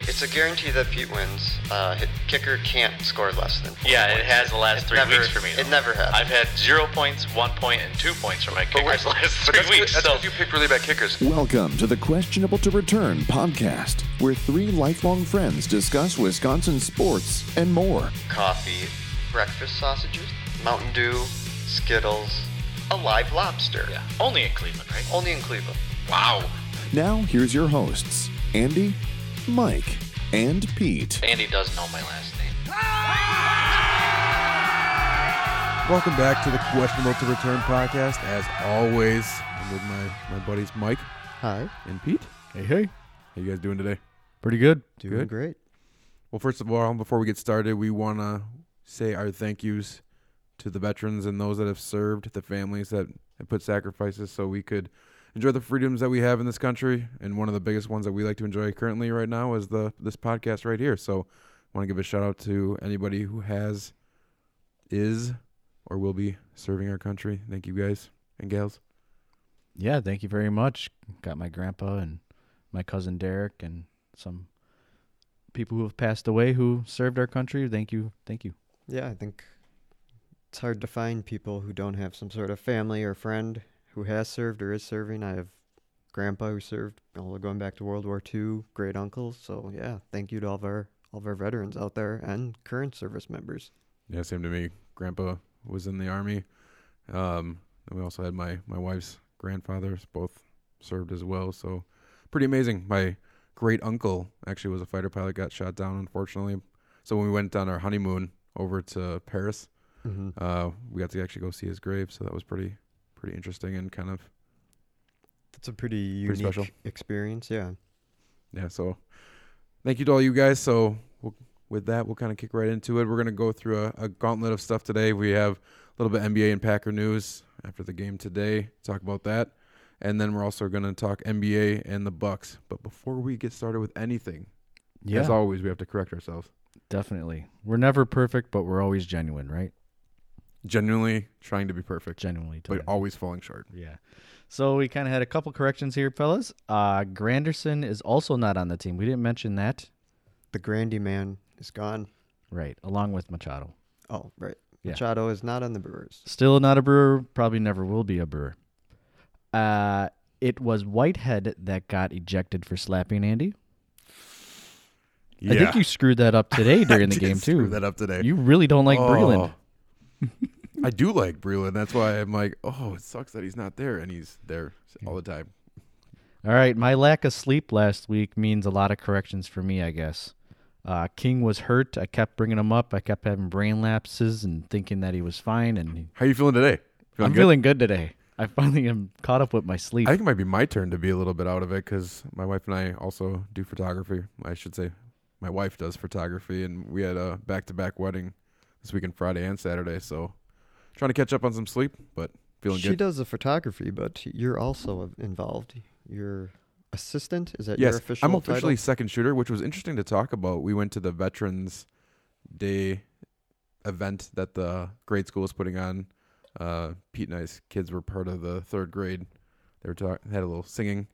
It's a guarantee that Pete wins. Uh, hit- kicker can't score less than. Four Yeah, points. it has the last It three never- weeks for me. it though. never happened. I've had zero points, one point, and two points for my kickers last But three that's weeks. That's so because you picked really bad kickers. Welcome to the Questionable to Return podcast, where three lifelong friends discuss Wisconsin sports and more. coffee, breakfast sausages, Mountain Dew, Skittles, a live lobster. yeah, only in Cleveland, right? Only in Cleveland. Wow. Now, here's your hosts Andy, Mike, and Pete. Andy does know my last name. Welcome back to the Questionable to Return podcast. As always, I'm with my, my buddies Mike Hi. and Pete. Hey, hey. How you guys doing today? Pretty good. Doing Good. great. Well, first of all, before we get started, we want to say our thank yous to the veterans and those that have served, the families that have put sacrifices so we could enjoy the freedoms that we have in this country. And one of the biggest ones that we like to enjoy currently right now is the this podcast right here. So, I want to give a shout out to anybody who has, is, or will be serving our country. Thank you guys and gals. Yeah, thank you very much. Got my grandpa and my cousin Derek and some people who have passed away who served our country. Thank you. Thank you. Yeah, I think it's hard to find people who don't have some sort of family or friend who has served or is serving. I have grandpa who served, all going back to World War II, great uncles. So yeah, thank you to all of our all of our veterans out there and current service members. Yeah, same to me. Grandpa was in the army. Um, and we also had my my wife's grandfathers both served as well. So pretty amazing. My great uncle actually was a fighter pilot, got shot down unfortunately. So when we went on our honeymoon over to Paris, Mm-hmm. uh, we got to actually go see his grave. So that was pretty pretty interesting and kind of That's a pretty unique Pretty special. experience. Yeah. yeah. So thank you to all you guys. So we'll, with that, we'll kind of kick right into it. We're gonna go through a, a gauntlet of stuff today. We have a little bit NBA and Packer news after the game today. Talk about that, and then we're also gonna talk NBA and the Bucks. But before we get started with anything, as always, we have to correct ourselves. definitely. We're never perfect, but we're always genuine, right? Genuinely trying to be perfect, Genuinely. but tired. always falling short. Yeah. So we kind of had a couple corrections here, fellas. Uh, Granderson is also not on the team. We didn't mention that. The Grandy man is gone. Right. Along with Machado. Oh, right. Yeah. Machado is not on the Brewers. Still not a brewer, probably never will be a brewer. Uh, it was Whitehead that got ejected for slapping Andy. I think you screwed that up today during the Did game screw too. that up Oh. today. You really don't like Breland. I do like Breland. That's why I'm like, oh, it sucks that he's not there, and he's there all the time. All right, my lack of sleep last week means a lot of corrections for me, I guess. Uh, King was hurt. I kept bringing him up. I kept having brain lapses and thinking that he was fine. And he- How you feeling today? I'm good? feeling good today. I finally am caught up with my sleep. I think it might be my turn to be a little bit out of it because my wife and I also do photography. I should say, my wife does photography, and we had a back-to-back wedding this weekend, Friday and Saturday. So, trying to catch up on some sleep, but feeling she good. does the photography, but you're also involved. Your assistant is that your yes, official? I'm officially title? second shooter, which was interesting to talk about. We went to the Veterans Day event that the grade school is putting on. Uh, Pete and I's kids were part of the third grade. They were talk- had a little singing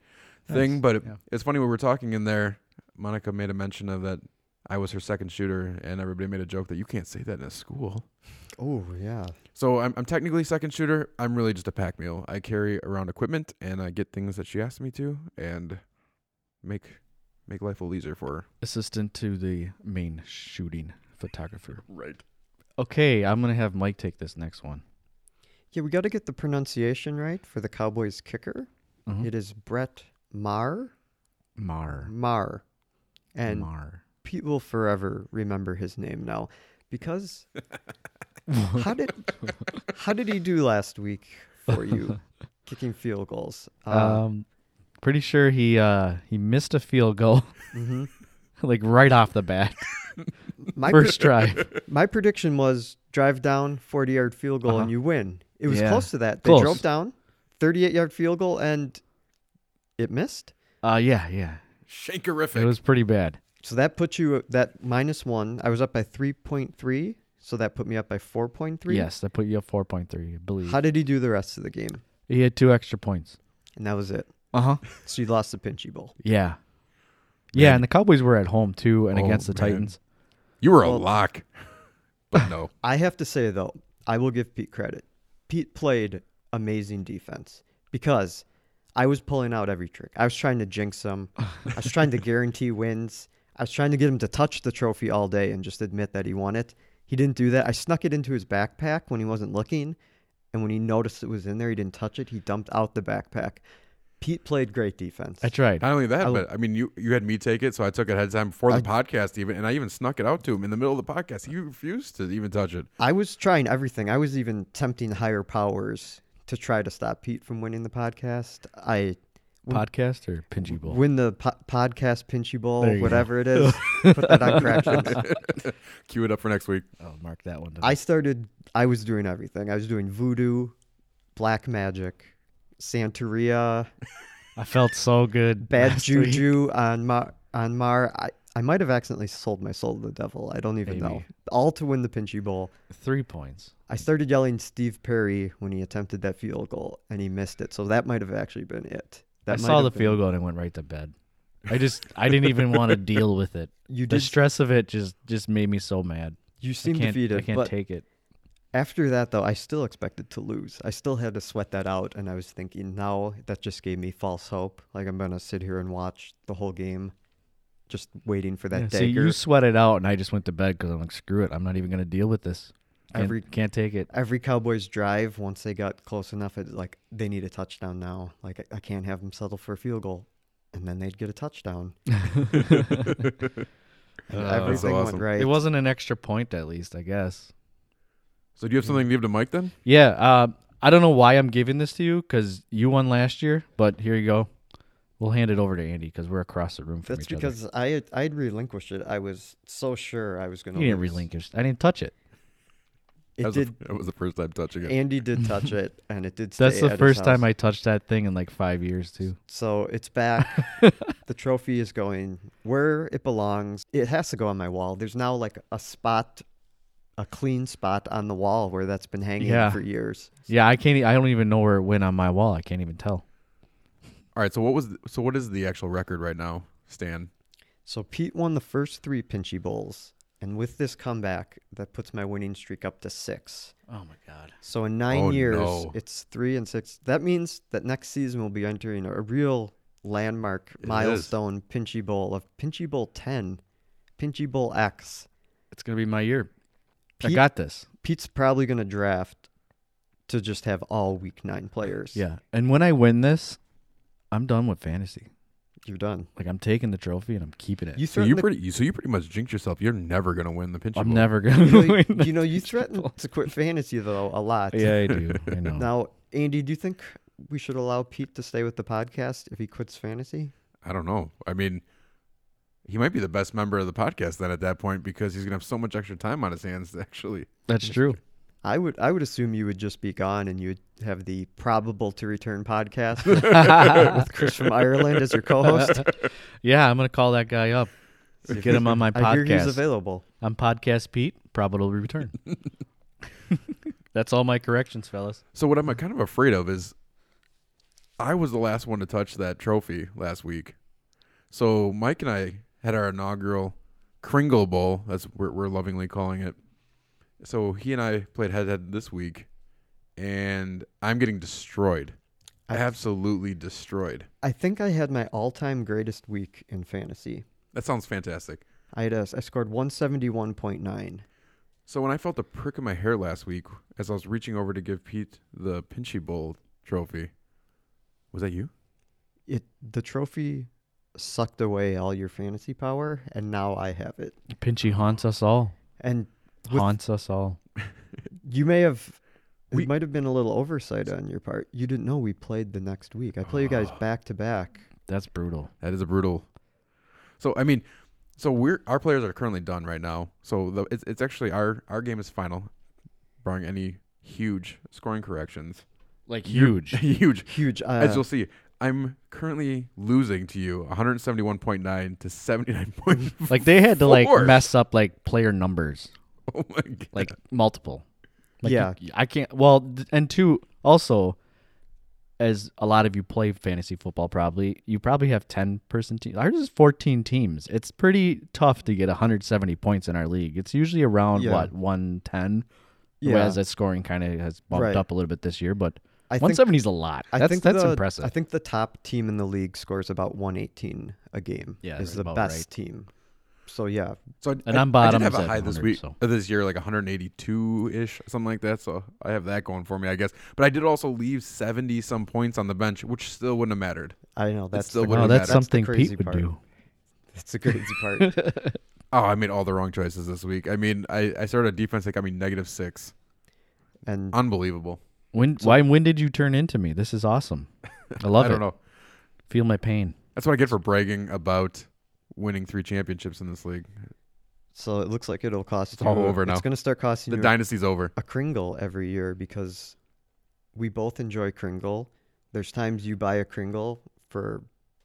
thing, but it, yeah. it's funny we were talking in there. Monica made a mention of that I was her second shooter, and everybody made a joke that you can't say that in a school. Oh yeah. So I'm, I'm technically second shooter. I'm really just a pack mule. I carry around equipment and I get things that she asks me to and make make life a little easier for her. Assistant to the main shooting photographer. Right. Okay, I'm gonna have Mike take this next one. Yeah, we got to get the pronunciation right for the Cowboys kicker. Mhm. It is Brett Maher. Mar. Maher. And Mar. Pete will forever remember his name now because how did how did he do last week for you kicking field goals? Uh, Um, pretty sure he uh he missed a field goal, mhm. like right off the bat, my pre- first drive. my prediction was drive down 40 yard field goal and Uh-huh. you win. It was Yeah. close to that. They Close. drove down 38 yard field goal and it missed. Uh, yeah, yeah, it Shankerific. was pretty bad. So that put you at that minus one. I was up by 3.3. So that put me up by 4.3. Yes, that put you up four point three, I believe. How did he do the rest of the game? he had two extra points. And that was it. Uh huh. So you lost the Pinchy Bowl. Yeah, Yeah, and the Cowboys were at home too, and Oh, against the man. Titans. You were a Well- lock. But no. I have to say though, I will give Pete credit. Pete played amazing defense because I was pulling out every trick. I was trying to jinx him. I was trying to guarantee wins. I was trying to get him to touch the trophy all day and just admit that he won it. He didn't do that. I snuck it into his backpack when he wasn't looking, and when he noticed it was in there, he didn't touch it. He dumped out the backpack. Pete played great defense. That's right. Not only that, I- but I mean, you you had me take it, so I took it ahead of time before the podcast even, and I even snuck it out to him in the middle of the podcast. He refused to even touch it. I was trying everything. I was even tempting higher powers to try to stop Pete from winning the podcast. I Podcast or Pinchy Bowl? win the po- podcast pinchy bowl, There you go. whatever it is. put that on corrections. Cue it up for next week. I'll mark that one. down. I started. I was doing everything. I was doing voodoo, black magic, Santeria, I felt so good. bad last week. juju on Mar. On Mar, I, I might have accidentally sold my soul to the devil. I don't even know. Maybe. All to win the pinchy bowl. Three points. I started yelling Steve Perry when he attempted that field goal and he missed it. So that might have actually been it. That I might saw have the been- field goal and I went right to bed. I just I didn't even want to deal with it. You The did. stress of it just just made me so mad. you seemed I can't, defeated. I can't but take it. after that though i still expected to lose i still had to sweat that out and i was thinking now that just gave me false hope like i'm gonna sit here and watch the whole game just waiting for that Yeah, see, dagger you sweat it out, and I just went to bed because I'm like, screw it. I'm not even going to deal with this. Can't, Every- can't take it. every cowboys drive once they got close enough it's like they need a touchdown now like i, I can't have them settle for a field goal and then they'd get a touchdown and everything awesome. went right It wasn't an extra point, at least I guess. So do you have something to give to Mike then? Yeah. Uh, I don't know why I'm giving this to you because you won last year, but here you go. We'll hand it over to Andy because we're across the room from that's each other. because i had- i'd relinquished it i was so sure i was gonna you didn't lose. relinquish. I didn't touch it. it that, was did the, that was the first time touching it. andy did touch it and it did stay That's at the his first house. time I touched that thing in like five years too. So it's back. the trophy is going where it belongs. It has to go on my wall. There's now like a spot, a clean spot on the wall where that's been hanging Yeah. for years. Yeah, I can't. e- I don't even know where it went on my wall. I can't even tell. All right. So what was the, so what is the actual record right now, Stan? So Pete won the first three Pinchy Bowls. And with this comeback, that puts my winning streak up to six. Oh my god. So in nine Oh, years, no. it's three and six. That means that next season we'll be entering a real landmark is. milestone Pinchy Bowl of Pinchy Bowl 10, Pinchy Bowl X. It's gonna be my year. I Pete- got this. Pete's probably going to draft to just have all week nine players. Yeah. And when I win this, I'm done with fantasy. You're done. Like I'm taking the trophy and I'm keeping it. You So you threatened pretty you, so you pretty much jinxed yourself. You're never gonna win the pinch. I'm never gonna win. you, know, the you, know, you Super threatened Bowl. to quit fantasy, though, a lot. Yeah, I do. I know. Now, Andy, do you think we should allow Pete to stay with the podcast if he quits fantasy? I don't know. I mean, he might be the best member of the podcast then at that point because he's gonna have so much extra time on his hands. to Actually, That's true. I would I would assume you would just be gone and you'd have the probable to return podcast with, with Chris from Ireland as your co-host. Yeah, I'm gonna call that guy up. Get him on my I hear he's podcast. available. I'm podcast Pete. Probably return. That's all my corrections, fellas. so what I'm uh, kind of afraid of is, I was the last one to touch that trophy last week. So Mike and I had our inaugural Kringle Bowl. That's what we're lovingly calling it. So he and I played head to head this week, and I'm getting destroyed. I- Absolutely destroyed. I think I had my all-time greatest week in fantasy. That sounds fantastic. I had a, I scored 171.9. So when I felt the prick in my hair last week as I was reaching over to give Pete the Pinchy Bowl trophy, was that you? it the trophy sucked away all your fantasy power and now I have it. Pinchy haunts us all. And With- Haunts us all. you may have We- it might have been a little oversight on your part. You didn't know we played the next week. I play you guys back to back. That's brutal. That is a brutal. So I mean, so we're our players are currently done right now. So the, it's it's actually our our game is final, barring any huge scoring corrections. Like You're- huge. huge. Huge uh, As you'll see, I'm currently losing to you 171.9 to 79.4. Like they had to Four. like mess up like player numbers, oh my god. like multiple. Like Yeah. you- I can't. Well, th- and two also, as a lot of you play fantasy football, probably you probably have ten person teams. Ours is fourteen teams. It's pretty tough to get 170 points in our league. It's usually around Yeah. what 110. Yeah. Whereas that scoring kind of has bumped Right. up a little bit this year, but I think- 170 is a lot. I that's think that's the- impressive. I think the top team in the league scores about 118 a game. Yeah, is that's the about best right. team. So yeah, So I, And I- I'm bottom I did is have a at high this 100, week, so. uh, this year, like 182 ish, something like that. So I have that going for me, I guess. But I did also leave 70 some points on the bench, which still wouldn't have mattered. I know that's still the, wouldn't Well, oh, that's that's the something the Pete crazy would part. do. That's the crazy part. Oh, I made all the wrong choices this week. I mean, I, I started a defense that got me negative six. and Unbelievable. When why when did you turn into me? This is awesome. I love I it. don't know. Feel my pain. That's what I get for bragging about winning three championships in this league. so it looks like it'll cost. It's all you- over now. It's going to start costing The you dynasty's over. a Kringle every year because we both enjoy Kringle. There's times you buy a Kringle for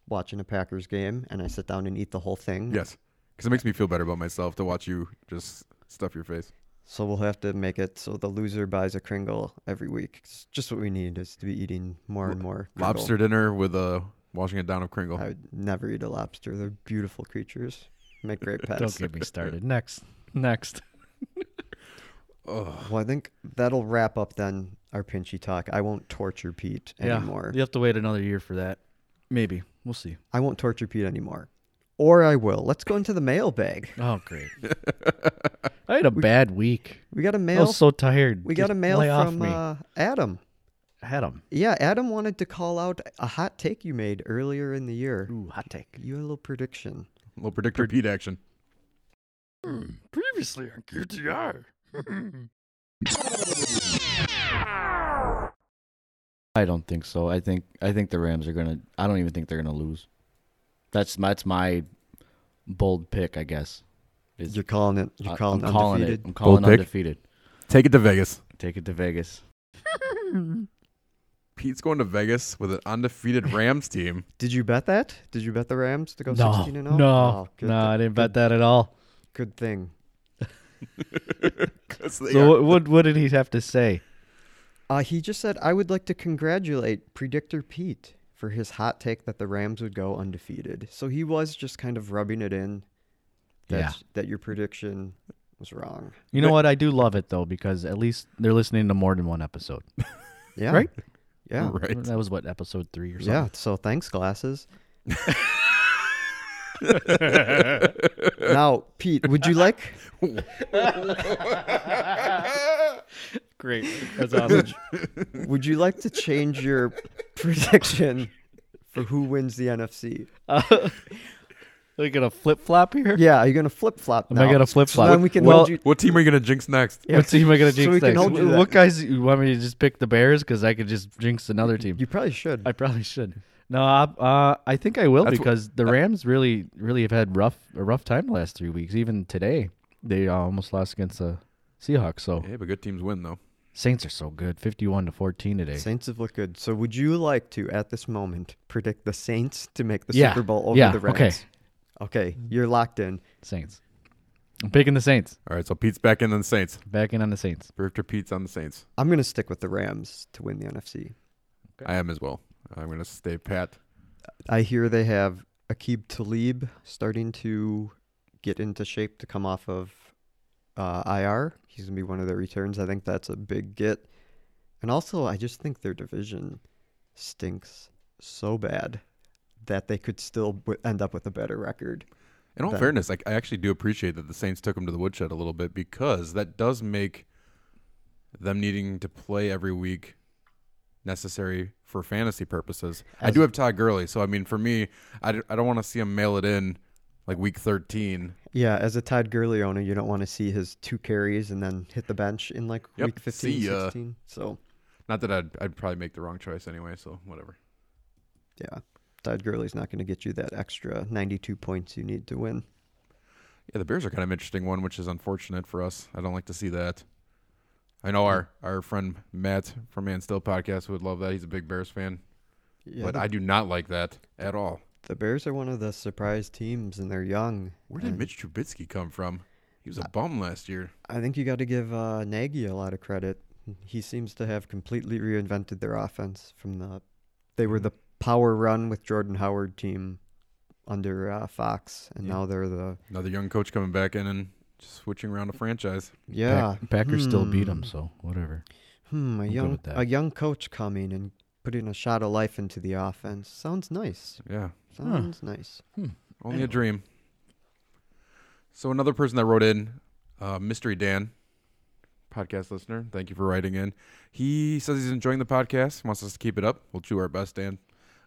watching a Packers game, and I sit down and eat the whole thing. Mm. Yes. Because it makes me feel better about myself to watch you just stuff your face. So we'll have to make it so the loser buys a Kringle every week. It's just what we need is to be eating more and more. Kringle. Lobster dinner with a washing it down of Kringle. I would never eat a lobster. They're beautiful creatures. Make great Don't pets. get me started. Next. Next. well, I think that'll wrap up then our pinchy talk. I won't torture Pete anymore. You have to wait another year for that. Maybe. We'll see. I won't torture Pete anymore. Or I will. Let's go into the mailbag. Oh great. I had a bad week. We got a I mail. was so tired. we got Just a mail lay off from me. uh, Adam. I had 'em. Yeah, Adam wanted to call out a hot take you made earlier in the year. Ooh, hot take. You had a little prediction. little predictor repeat action. Previously on QTR. I don't think so. I think I think the Rams are gonna. I don't even think they're gonna lose. That's my- that's my bold pick, I guess. Is- You're calling it. You're I- calling I'm it calling undefeated. it. I'm calling pick? undefeated. Take it to Vegas. Take it to Vegas. Pete's going to Vegas with an undefeated Rams team. Did you bet that? Did you bet the Rams to go No, 16 and 0? no, Oh, good no, thi- I didn't good- bet that at all. Good thing. 'Cause they So are- what, what? What did he have to say? Uh, he just said, I would like to congratulate Predictor Pete for his hot take that the Rams would go undefeated. So he was just kind of rubbing it in that, Yeah. that your prediction was wrong. You know what? I do love it though because at least they're listening to more than one episode. Yeah. Right? Yeah. right. That was what episode three or something. Yeah. So thanks, glasses. now, Pete, would you like Great. That's awesome. would you like to change your prediction for who wins the NFC? Are you gonna flip flop here? Yeah, are you gonna flip flop? Am I gonna flip-flop? So then we can Well- hold you- What team are you going to jinx next? Yeah. What team am I gonna So jinx? we can next? hold you What that. guys you want me to just pick the Bears because I could just jinx another team. You probably should. I probably should. No, I, uh, I think I will That's what- because the Rams really, really have had rough a rough time the last three weeks. Even today, they uh, almost lost against the Seahawks. So Yeah, but good teams win though. Saints are so good, fifty-one to fourteen today. Saints have looked good. So would you like to, at this moment, predict the Saints to make the Yeah. Super Bowl over Yeah, the Rams? okay. Okay, you're locked in. Saints. I'm picking the Saints. All right, so Pete's back in on the Saints. Back in on the Saints. Victor Pete's on the Saints. I'm going to stick with the Rams to win the NFC. I am as well. I'm going to stay pat. I hear they have Akib Talib starting to get into shape to come off of uh, IR. He's going to be one of their returns. I think that's a big get. And also, I just think their division stinks so bad that they could still w- end up with a better record. In all That- fairness, like I actually do appreciate that the Saints took him to the woodshed a little bit because that does make them needing to play every week necessary for fantasy purposes. I As- do have Todd Gurley, so I mean, for me, I, d- I don't want to see him mail it in like week 13. Yeah, as a Todd Gurley owner, you don't want to see his two carries and then hit the bench in like Yep, week 15, see uh, ya. 16. So, Not that I'd, I'd probably make the wrong choice anyway, so whatever. yeah, Todd Gurley's not going to get you that extra 92 points you need to win. Yeah, the Bears are kind of an interesting one, which is unfortunate for us. I don't like to see that. I know our, our friend Matt from Man Still Podcast would love that. He's a big Bears fan, Yeah, but the, I do not like that at all. the Bears are one of the surprise teams and they're young. Where did and Mitch Trubisky come from? He Uh, was a bum last year. I think you got to give uh, Nagy a lot of credit. He seems to have completely reinvented their offense from the They were the power run with Jordan Howard team under uh, Fox, and now they're the Another young coach coming back in and just switching around a franchise. yeah Pack- Packers still beat Hmm. them, so whatever. Hmm, a I'm good young with that. a young coach coming and putting a shot of life into the offense sounds nice. Yeah. Sounds nice. Only a dream. So another person that wrote in, uh, Mystery Dan, podcast listener, thank you for writing in. He says he's enjoying the podcast, wants us to keep it up. We'll do our best, Dan.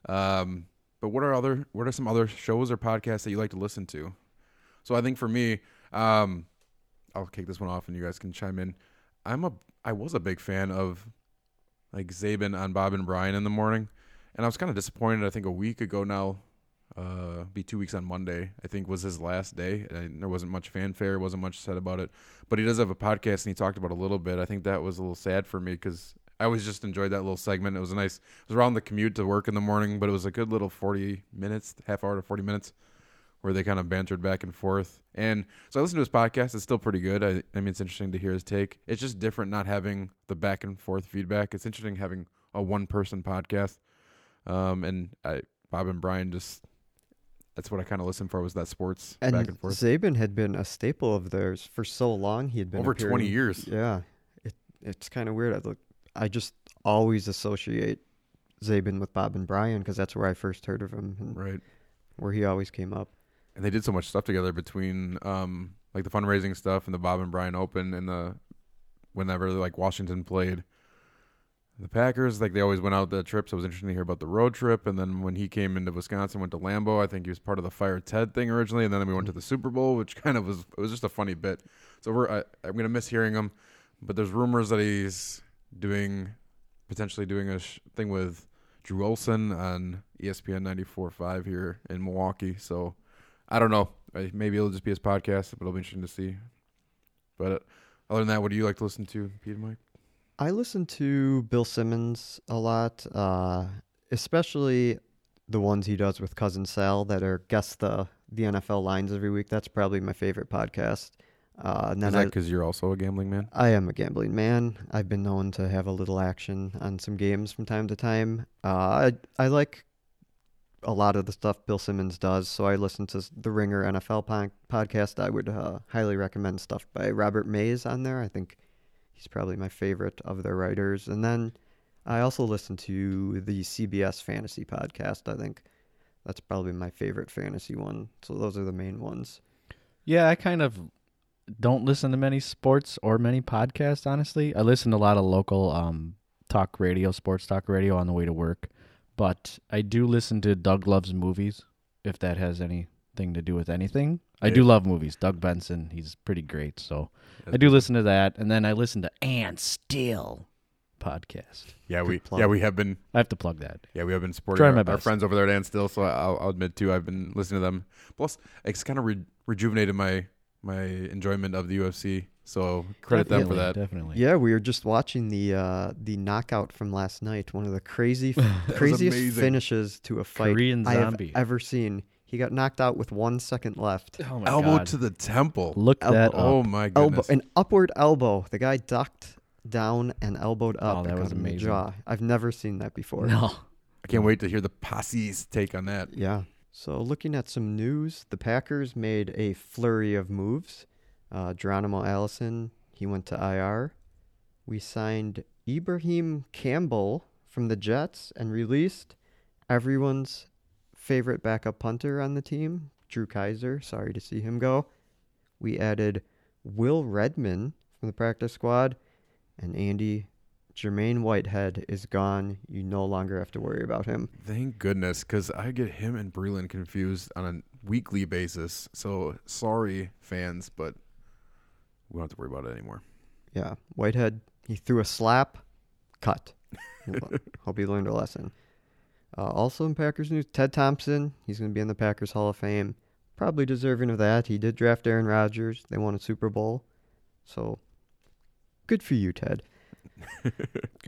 Um, but what are other what are some other shows or podcasts that you like to listen to? So I think for me, um, I'll kick this one off and you guys can chime in. I'm a I was a big fan of like Zabin on Bob and Brian in the morning. And I was kind of disappointed, I think a week ago now, uh, be two weeks on Monday, I think was his last day. And there wasn't much fanfare, wasn't much said about it. But he does have a podcast and he talked about it a little bit. I think that was a little sad for me because I always just enjoyed that little segment. It was a nice, it was around the commute to work in the morning, but it was a good little 40 minutes, half hour to 40 minutes where they kind of bantered back and forth. And so I listened to his podcast. It's still pretty good. I, I mean, it's interesting to hear his take. It's just different not having the back and forth feedback. It's interesting having a one person podcast. Um, and I, Bob and Brian just, that's what I kind of listened for was that sports And back and forth. Zabin had been a staple of theirs for so long. He had been Over 20 appearing- years. Yeah, it it's kind of weird. I look, I just always associate Zabin with Bob and Brian because that's where I first heard of him and Right. where he always came up. and they did so much stuff together between um like the fundraising stuff and the Bob and Brian Open and the whenever like Washington played the Packers like they always went out that trip so it was interesting to hear about the road trip and then when he came into Wisconsin went to Lambeau I think he was part of the Fire Ted thing originally and then we went to the Super Bowl which kind of was it was just a funny bit so we're I, I'm gonna miss hearing him but there's rumors that he's doing potentially doing a sh- thing with Drew Olson on E ESPN 94.5 here in Milwaukee so I don't know. I- Maybe it'll just be his podcast, but it'll be interesting to see. But uh, other than that, what do you like to listen to, Pete and Mike? I listen to Bill Simmons a lot, uh, especially the ones he does with cousin Sal that are guess the the NFL lines every week. That's probably my favorite podcast. Uh, and Is then that I, because you're also a gambling man? I am a gambling man. I've been known to have a little action on some games from time to time. Uh, I I like a lot of the stuff Bill Simmons does, so I listen to s- the Ringer NFL pon- podcast. I would uh, highly recommend stuff by Robert Mays on there. I think he's probably my favorite of their writers. And then I also listen to the CBS Fantasy podcast. I think that's probably my favorite fantasy one. So those are the main ones. Yeah, I kind of don't listen to many sports or many podcasts, honestly. I listen to a lot of local um, talk radio, sports talk radio on the way to work. But I do listen to Doug Loves Movies, if that has anything to do with anything. I do love movies. Doug Benson, he's pretty great. So I do listen to that. And then I listen to And Still podcast. Yeah, we plug. yeah we have been I have to plug that. yeah we have been supporting Trying our, my our best. friends over there at Still. So I'll, I'll admit too, I've been listening to them. Plus, it's kind of re- rejuvenated my my enjoyment of the UFC. So credit them for Definitely, that. Definitely. Yeah, we were just watching the uh, the knockout from last night. One of the crazy, craziest amazing. finishes to a fight Korean I have zombie. ever seen. He got knocked out with one second left. Oh my Elbow God. to the temple. Look Elbow- that Oh up. my Elbow, goodness! an upward elbow. The guy ducked down and elbowed up. Oh, that and was got him in the amazing. Jaw. I've never seen that before. No. I can't wait to hear the posse's take on that. Yeah. So looking at some news, the Packers made a flurry of moves. Uh, Geronimo Allison, he went to IR. We signed Ibrahim Campbell from the Jets and released everyone's favorite backup punter on the team, Drew Kaiser. Sorry to see him go. We added Will Redman from the practice squad, and Andy Jermaine Whitehead is gone. You no longer have to worry about him. Thank goodness, because I get him and Breland confused on a weekly basis. So sorry, fans, but we don't have to worry about it anymore. Yeah, Whitehead. He threw a slap, cut. Hope he learned a lesson. Uh, also in Packers news, Ted Thompson. He's going to be in the Packers Hall of Fame. Probably deserving of that. He did draft Aaron Rodgers. They won a Super Bowl, so good for you, Ted.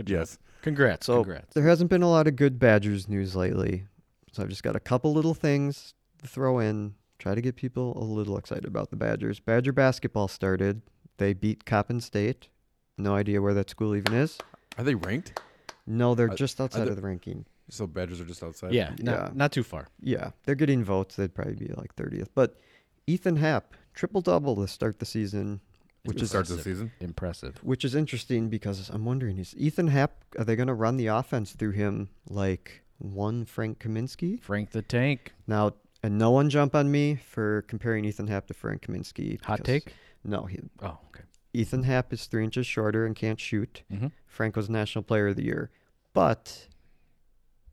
yes. Congrats. So congrats. there hasn't been a lot of good Badgers news lately. So I've just got a couple little things to throw in. Try to get people a little excited about the Badgers. Badger basketball started. They beat Coppin State. No idea where that school even is. Are they ranked? No, they're Are- just outside the- of the ranking. So Badgers are just outside. Yeah, not, Yeah. not too far. Yeah, they're getting votes. They'd probably be like 30th. But Ethan Happ, triple double to start the season, which To is start the season. Impressive. which is interesting because I'm wondering is Ethan Happ are they going to run the offense through him like one Frank Kaminsky? Frank the Tank. Now, and no one jump on me for comparing Ethan Happ to Frank Kaminsky. Hot because- take. No, he, Oh, okay. Ethan Happ is three inches shorter and can't shoot. Mm-hmm. Frank was National Player of the Year, but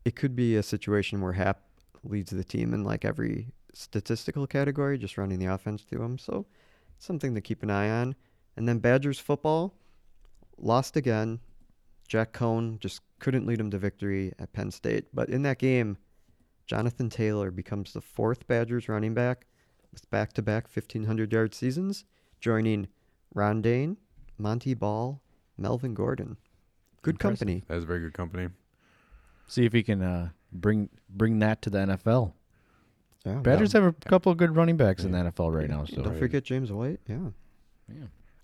it could be a situation where Happ leads the team in like every statistical category, just running the offense through him. So it's something to keep an eye on. And then Badgers football lost again. Jack Cohn just couldn't lead them to victory at Penn State. But in that game, Jonathan Taylor becomes the fourth Badgers running back with back to back 1,500 yard seasons, joining Ron Dane, Monty Ball, Melvin Gordon. Good Impressive. company. That is very good company. See if he can uh, bring bring that to the NFL. Yeah. Badgers have a couple of good running backs in the NFL right now. Don't So forget James White. Yeah.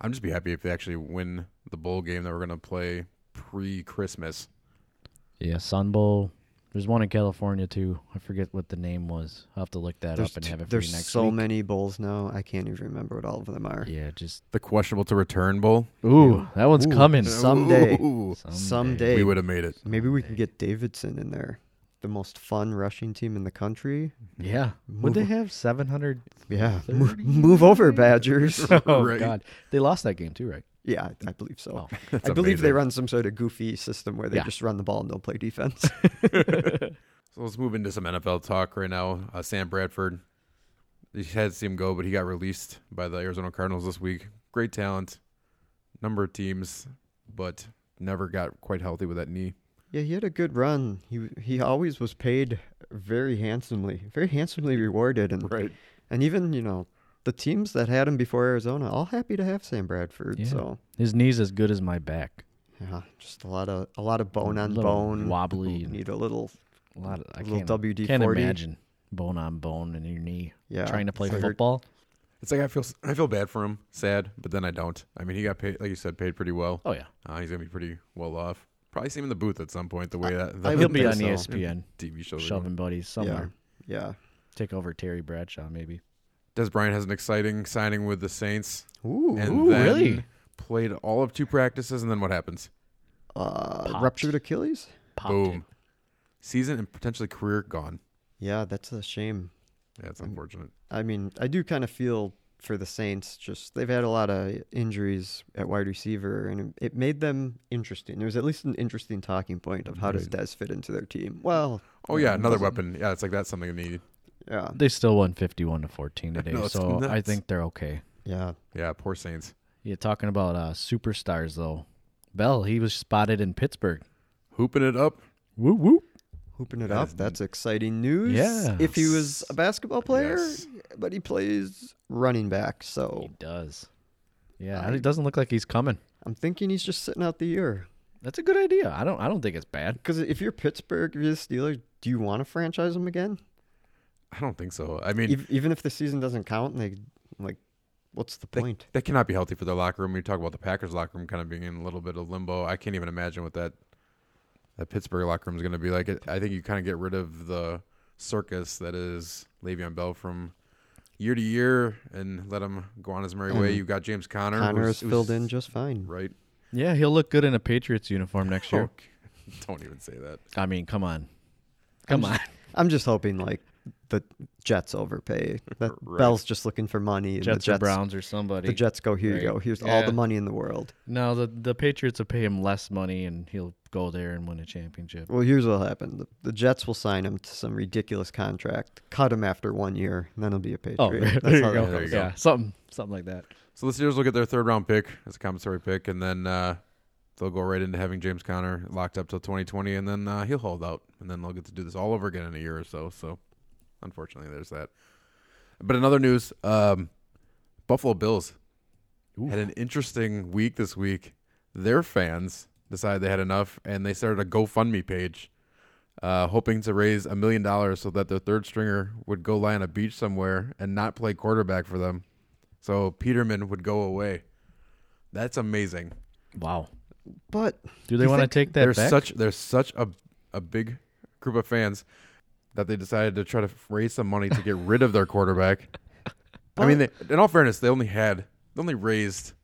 I'm just be happy if they actually win the bowl game that we're gonna play pre-Christmas. yeah, Sun Bowl. There's one in California too. I forget what the name was. I'll have to look that There's, up and t- have it for you there's next so week. many bowls now. I can't even remember what all of them are. Yeah, just The questionable to return bowl. ooh, that one's coming. Someday. Ooh. Someday. we would have made it. Maybe we can get Davidson in there. The most fun rushing team in the country. Yeah. Move- Would they have 700? Yeah. Mo- move over, Badgers. Oh, Right. God. They lost that game, too, right? yeah, I, I believe so. Oh. I believe they amazing. run some sort of goofy system where they Yeah. just run the ball and don't play defense. So let's move into some NFL talk right now. Uh, Sam Bradford, you had to see him go, but he got released by the Arizona Cardinals this week. Great talent, number of teams, but never got quite healthy with that knee. yeah, he had a good run. He w- he always was paid very handsomely, very handsomely rewarded, and Right. and even you know the teams that had him before Arizona all happy to have Sam Bradford. Yeah. So His knee's as good as my back. yeah, just a lot of a lot of bone on Little bone. wobbly and Need a little a lot of, I little can't, WD-40. can't imagine bone on bone in your knee. yeah Trying to play it's like- football. It's like I feel I feel bad for him, sad, but then I don't. I mean, he got paid, like you said, paid pretty well. Oh, yeah. Uh, he's gonna be pretty well off. Probably see him in the booth at some point. The way that I the He'll would be think on E so. ESPN, TV show. They're doing. shoving buddies somewhere. Yeah, yeah. Take over Terry Bradshaw, maybe. Des Bryant has an exciting signing with the Saints, Ooh, and Ooh, then really? played all of two practices, and then what happens? uh, Popped. ruptured Achilles. Popped it. Boom. Season and potentially career gone. Yeah, that's a shame. Yeah, it's unfortunate. I mean, I do kind of feel for the Saints. Just they've had a lot of injuries at wide receiver, and it, it made them interesting. There was at least an interesting talking point of how does Dez fit into their team. Well, Oh yeah, another weapon. Yeah, it's like that's something needed. yeah, They still won 51 to 14 today, know, it's so I nuts. think they're okay. yeah, Yeah, poor Saints. Yeah, talking about uh, superstars, though. Bell, he was spotted in Pittsburgh. Hooping it up. Woo woo. hooping it up. That's exciting news. Yeah. if he was a basketball player, Yes. but he plays running back, so He does. Yeah, it doesn't look like he's coming. I'm thinking he's just sitting out the year. That's a good idea. I don't. I don't think it's bad. Because if you're Pittsburgh, if you're the Steelers, do you want to franchise him again? I don't think so. I mean, Ev- Even if the season doesn't count, they like, what's the They- point? That cannot be healthy for their locker room. We talk about the Packers locker room kind of being in a little bit of limbo. I can't even imagine what that that Pittsburgh locker room is going to be like. It- I think you kind of get rid of the circus that is Le'Veon Bell from year to year and let him go on his merry way. And You've got James Conner. Connor is who's- Mm-hmm. filled in just fine. right. Yeah, he'll look good in a Patriots uniform next year. Okay. Don't even say that. Oh, I mean, come on, come on. I'm just hoping like the Jets overpay. That Right. Bell's just looking for money. and Jets the or Jets, Browns or somebody. the Jets go here you Right. go. Here's all Yeah. the money in the world. No, the the Patriots will pay him less money, and he'll go there and win a championship. Well, here's what'll happen: the, the Jets will sign him to some ridiculous contract, cut him after one year, and then he'll be a Patriot. Oh, there, That's you how go. that goes. go. Yeah, something something like that. So the Steelers will get their third round pick as a compensatory pick, and then uh, they'll go right into having James Conner locked up till 2020, and then uh, he'll hold out, and then they'll get to do this all over again in a year or so. So, unfortunately, there's that. But in other news, um, Buffalo Bills had an interesting week this week. Their fans decided they had enough, and they started a GoFundMe page, uh, hoping to raise a million dollars so that their third stringer would go lie on a beach somewhere and not play quarterback for them. So Peterman would go away. That's amazing. Wow. But Do they You want to think take that There's back? such there's such a a big group of fans that they decided to try to raise some money to get rid of their quarterback. I mean, they, in all fairness, they only had they only raised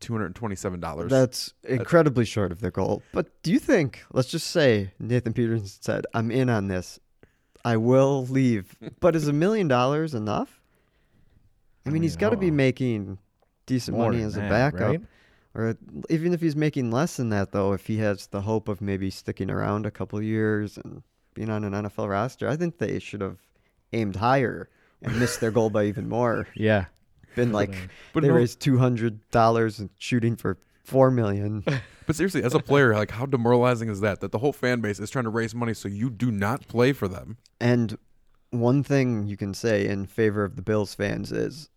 two hundred twenty-seven dollars. That's incredibly short of their goal. But do you think, let's just say Nathan Peterson said, I'm in on this. I will leave. But is a million dollars enough? I mean, he's got to be making decent oh. More money than as a that, backup. right? Or even if he's making less than that, though, if he has the hope of maybe sticking around a couple years and being on an NFL roster, I think they should have aimed higher and missed their goal by even more Yeah. been like But they no- raised two hundred dollars and shooting for four million. But seriously, as a player, like how demoralizing is that? That the whole fan base is trying to raise money so you do not play for them. and one thing you can say in favor of the Bills fans is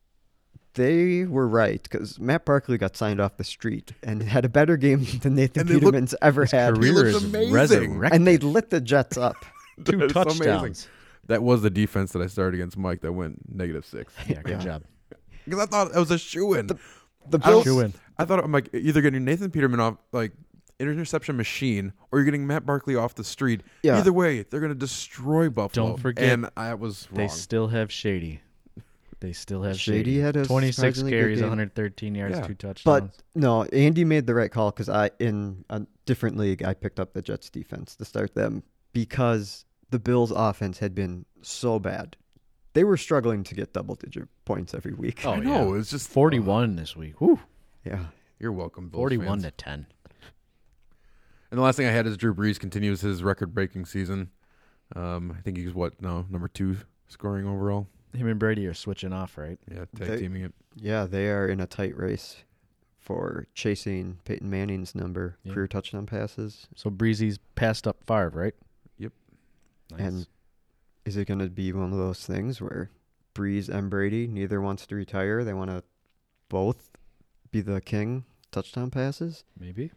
they were right because Matt Barkley got signed off the street and had a better game than Nathan And they looked- Peterman's ever had. He Career looks is amazing. resurrected. And they lit the Jets up. That two is so amazing. touchdowns. That was the defense that I started against Mike that went negative six Yeah, good job. because I thought it was a shoe in. The I don't- Bills. Shoo-in. I thought I'm like either getting Nathan Peterman off like an interception machine or you're getting Matt Barkley off the street. Yeah. Either way, they're gonna destroy Buffalo. Don't forget- and I was They wrong. still have Shady. They still have Shady Shady. had a 26 surprisingly good carries, game. 113 yards, Yeah. two touchdowns. But no, Andy made the right call because I in a different league I picked up the Jets defense to start them because the Bills offense had been so bad. They were struggling to get double digit points every week. oh, I know yeah. it's just uh, 41 this week. Woo. Yeah. You're welcome, Bills 41 fans. to 10. And the last thing I had is Drew Brees continues his record-breaking season. Um, I think he's what no number two scoring overall. Him and Brady are switching off, right? Yeah, tag They- teaming it. Yeah, they are in a tight race for chasing Peyton Manning's number, Yeah. career touchdown passes. So Breezy's passed up Favre, right? Yep. Nice. And is it going to be one of those things where Breeze and Brady, neither wants to retire? They want to both be the king touchdown passes? maybe.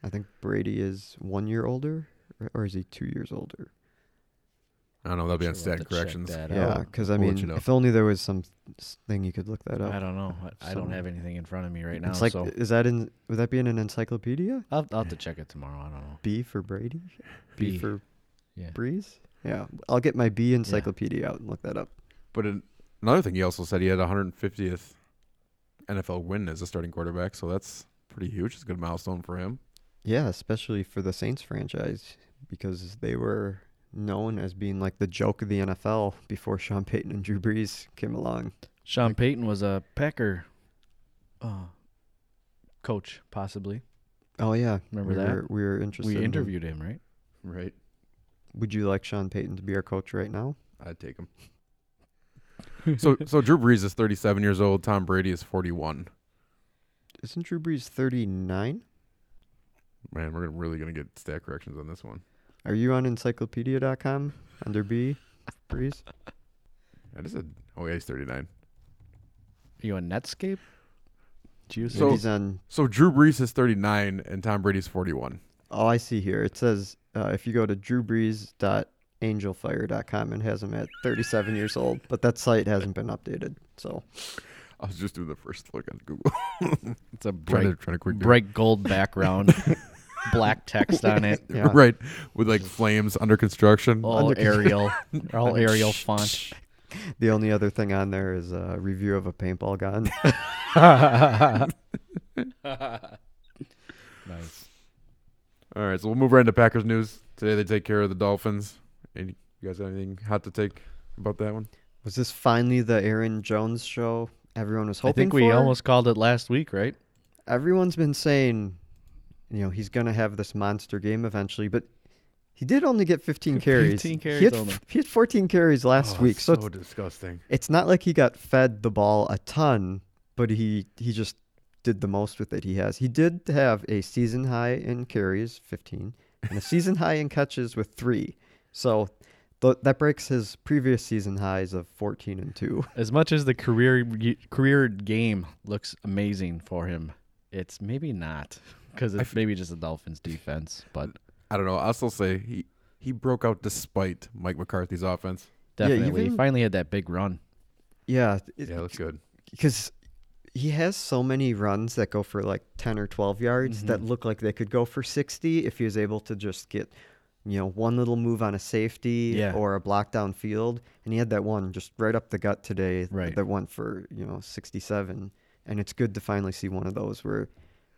I think Brady is one year older, or- or is he two years older? I don't know. That'll be on Sure, we'll stat have to check corrections. that Yeah, out. because I we'll mean, let you know. if only there was some s- thing you could look that up. I don't know. I, I don't Some- have anything in front of me right now. it's like, so is that in? Would that be in an encyclopedia? I'll, I'll have to check it tomorrow. I don't know. B for Brady. B B. for Yeah. Breeze. Yeah, I'll get my B encyclopedia out and look that up. But an, another thing, he also said he had 150th NFL win as a starting quarterback, so that's pretty huge. It's a good milestone for him. Yeah, especially for the Saints franchise because they were known as being like the joke of the NFL before Sean Payton and Drew Brees came along. Sean Payton was a Packer uh, coach, possibly. Oh yeah, Remember we that? Were, we were interested. in we him. interviewed him, right? Right? Would you like Sean Payton to be our coach right now? I'd take him. so, so Drew Brees is 37 years old. Tom Brady is 41. Isn't Drew Brees thirty nine? Man, we're gonna, really gonna get stat corrections on this one. Are you on encyclopedia.com under B, Brees? I just said, oh yeah, he's 39. Are you on Netscape? Juice. So- So he's on So Drew Brees is 39 and Tom Brady's 41. Oh, I see here. It says uh, if you go to drewbrees.angelfire.com and has him at 37 years old, but that site hasn't been updated. So I was just doing the first look on Google. it's a trying to bright, trying to quick do- bright gold background, black text on it. yeah, right with like flames under construction. All Under- Arial, all Arial font. the only other thing on there is a review of a paintball gun. Nice. All right, so we'll move right into Packers news. Today they take care of the Dolphins. Any, you guys got anything hot to take about that one? Was this finally the Aaron Jones show everyone was I hoping think we for? almost called it last week, right? Everyone's been saying, you know, he's going to have this monster game eventually, but he did only get 15 carries. 15 He had carries f- only. He had 14 carries last week, so it's Oh, disgusting. it's not like he got fed the ball a ton, but he he just did the most with it he has. He did have a season high in carries, 15, and a season high in catches with 3. So th- that breaks his previous season highs of 14 and 2. As much as the career career game looks amazing for him, it's maybe not because it's maybe just the Dolphins' defense. But I don't know. I'll still say he he broke out despite Mike McCarthy's offense. Yeah, definitely, he even- finally had that big run. Yeah, Yeah, that's good. because he has so many runs that go Mm-hmm. for like 10 or 12 yards that look like they could go for 60 if he was able to just get you know, one little move on a safety Yeah. or a block down field, and he had that one just right up the gut today Right. that went for you know 67, and it's good to finally see one of those where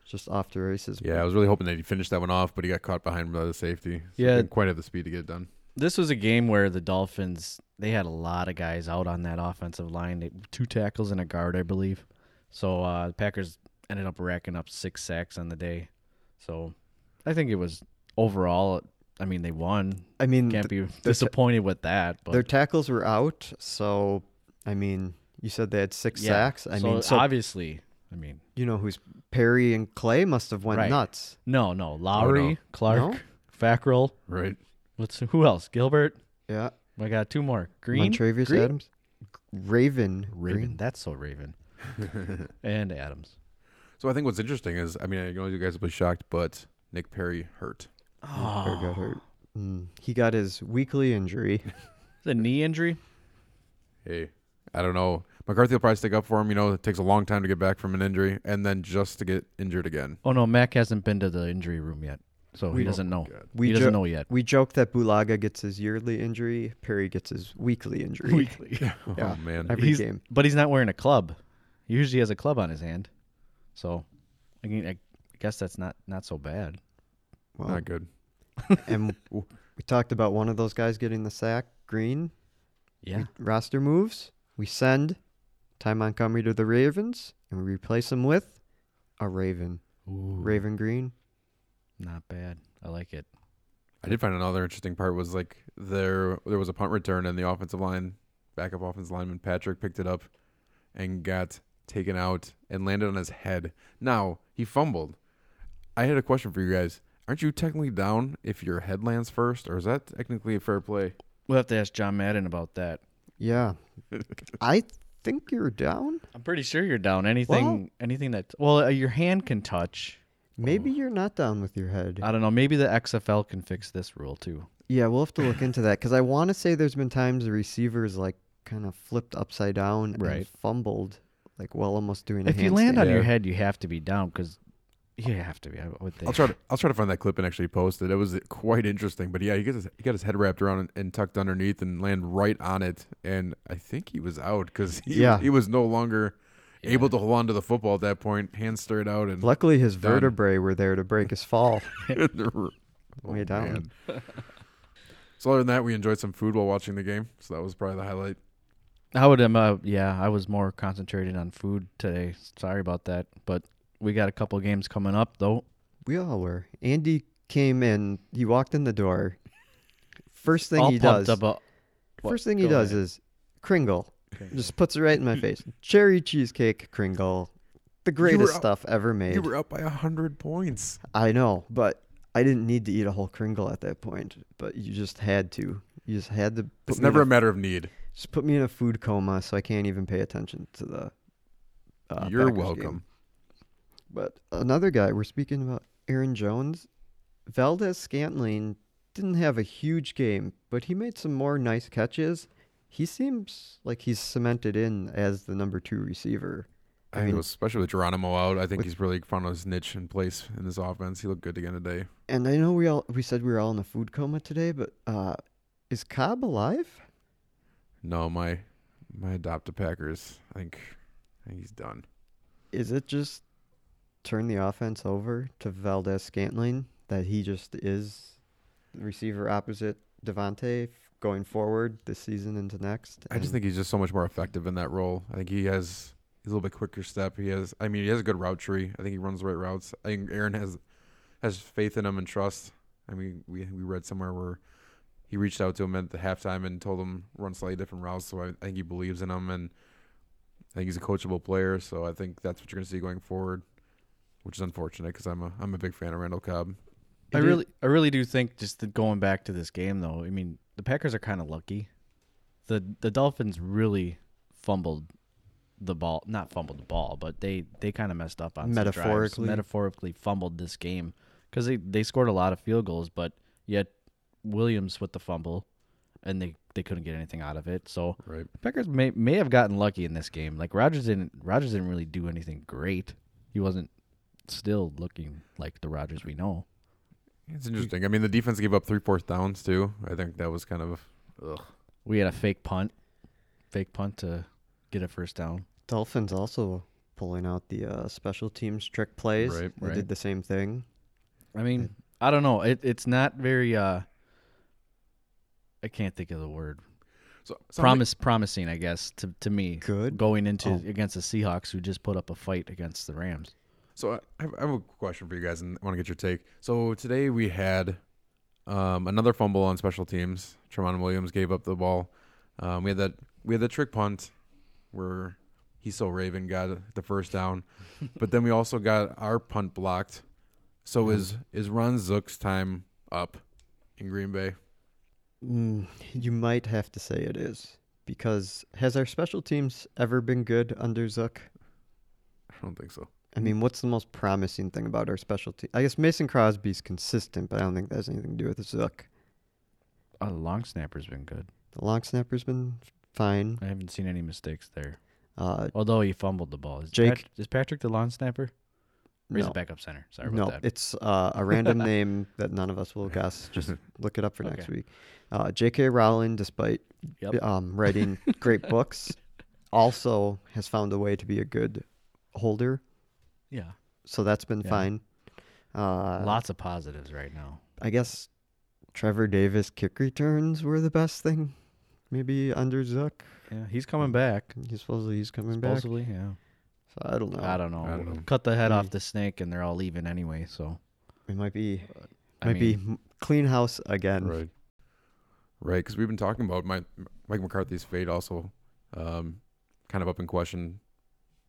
it's just off to races. Yeah, I was really hoping that he finished that one off, but he got caught behind by the safety. So Yeah. he didn't quite have the speed to get it done. This was a game where the Dolphins they had a lot of guys out on that offensive line. They, two tackles and a guard, I believe. So uh, the Packers ended up racking up six sacks on the day. So I think it was overall. I mean, they won. I mean, Can't Mm, th- be disappointed with that. But their tackles were out, so I mean, you said they had six yeah. sacks. I So mean, so obviously, I mean, you know who's Perry and Clay must have went Right. nuts. no, no, Lowry, Clark, Oh, No? Fackrell. Right. What's who else? Gilbert. Yeah, I got two more. Green. Montravius Green? Adams, Raven, Raven. Green. That's so Raven. and Adams. So I think what's interesting is, I mean, I know you guys will be shocked, but Nick Perry hurt. Perry got Ah. hurt. Mm, he got his weekly injury. The knee injury. Hey, I don't know. McCarthy will probably stick up for him. You know, it takes a long time to get back from an injury, and then just to get injured again. Oh no, Mac hasn't been to the injury room yet, so he doesn't know. We he doesn't jo- know yet. We joke that Bulaga gets his yearly injury, Perry gets his weekly injury. Yeah. Oh man. Every He's, game. but he's not wearing a club. He usually has a club on his hand, so I, mean, I guess that's not not so bad. Well, Not good. and we talked about one of those guys getting the sack, Green. Yeah, Roster moves. We send Ty Montgomery to the Ravens, and we replace him with a Raven. Raven Green. not bad. I like it. I did find another interesting part was like there there was a punt return and the offensive line, backup offensive lineman Patrick picked it up and got taken out and landed on his head. Now he fumbled. I had a question for you guys. Aren't you technically down if your head lands first, or is that technically a fair play? We'll have to ask John Madden about that. Yeah. I think you're down. I'm pretty sure you're down. Anything, Well- anything that well, uh, your hand can touch. Oh. Maybe you're not down with your head. I don't know. Maybe the XFL can fix this rule too. Yeah, we'll have to look into that because I want to say there's been times the receivers like kind of flipped upside down Right. and fumbled, like while almost doing. If a you land on handstand. your Yeah. head, you have to be down because you have to be. I would think. I'll try to I'll try to find that clip and actually post it. It was quite interesting, but yeah, he got his, he got his head wrapped around and, and tucked underneath and land right on it, and I think he was out because he, Yeah. he was no longer able to hold on to the football at that point. Hands stirred out and Luckily, his Done. vertebrae were there to break his fall way Oh, down. man. so other than that, we enjoyed some food while watching the game, so that was probably the highlight. I would um uh, yeah, I was more concentrated on food today. Sorry about that, but we got a couple games coming up though. We all were. Andy came in. He walked in the door. First thing All he pumped does. up. uh, what- first thing he go does ahead. is Kringle. Just puts it right in my face. Cherry cheesecake Kringle, the greatest out- stuff ever made. You were up by hundred points. I know, but I didn't need to eat a whole Kringle at that point. But you just had to. You just had to. Put It's me never a in a, matter of need. just put me in a food coma, so I can't even pay attention to the. Uh, You're Packers game. welcome. But another guy, we're speaking about Aaron Jones. Valdez Scantling didn't have a huge game, but he made some more nice catches. He seems like he's cemented in as the number two receiver. I think it was especially with Geronimo out. I think he's really found his niche and place in this offense. He looked good again today. And I know we all we said we were all in a food coma today, but uh, is Cobb alive? No, my my adopted Packers. I think I think he's done. Is it just turn the offense over to Valdez Scantling that he just is the receiver opposite Devontae going forward this season into next? I just And- think he's just so much more effective in that role. I think he has he's a little bit quicker step. He has I mean he has a good route tree. I think he runs the right routes. I think Aaron has has faith in him and trust. I mean we we read somewhere where he reached out to him at the halftime and told him run slightly different routes. So I, I think he believes in him and I think he's a coachable player. So I think that's what you're gonna see going forward, which is unfortunate because I'm a I'm a big fan of Randall Cobb. I It is- really I really do think just that going back to this game though. I mean, the Packers are kind of lucky. The the Dolphins really fumbled the ball, not fumbled the ball, but they they kind of messed up on some drives. Metaphorically. metaphorically fumbled this game cuz they they scored a lot of field goals, but yet Williams with the fumble and they they couldn't get anything out of it. So Right. the Packers may may have gotten lucky in this game. Like Rogers didn't Rogers didn't really do anything great. He wasn't still looking like the Rogers we know. It's interesting. I mean, the defense gave up three fourth downs too. I think that was kind of We had a fake punt, fake punt to get a first down. Dolphins also pulling out the uh, special teams trick plays. Right, they right. did the same thing. I mean, I don't know. It, it's not very. uh I can't think of the word. so, so how many- Promise, promising, I guess, to to me. Good. going into Oh. against the Seahawks, who just put up a fight against the Rams. So I- I have, I have a question for you guys, and I want to get your take. So today we had um, another fumble on special teams. Tremont Williams gave up the ball. Um, we had that we had the trick punt where he so Raven got the first down, but then we also got our punt blocked. So is is Ron Zook's time up in Green Bay? Mm, you might have to say it is because has our special teams ever been good under Zook? I don't think so. I mean, what's the most promising thing about our special team? I guess Mason Crosby's consistent, but I don't think that has anything to do with Zook. Oh, the long snapper's been good. The long snapper's been fine. I haven't seen any mistakes there. Uh, Although he fumbled the ball. Is Jake- Patrick, is Patrick the long snapper? Or is no. it backup center? Sorry No, about that. it's uh, a random name that none of us will guess. Just look it up for next week. Uh, J.K. Rowling, despite Yep. um, writing great books, also has found a way to be a good holder. yeah. So that's been Yeah. fine. Uh, Lots of positives right now. I guess Trevor Davis kick returns were the best thing. Maybe under Zuck. Yeah, he's coming back. He's supposedly he's coming back. So Supposedly, yeah. I don't know. I don't know. I don't know. Cut the head off the snake, and they're all leaving anyway. So It might be I might be mean, m- clean house again. Right. Right, because we've been talking about my, Mike McCarthy's fate also um, kind of up in question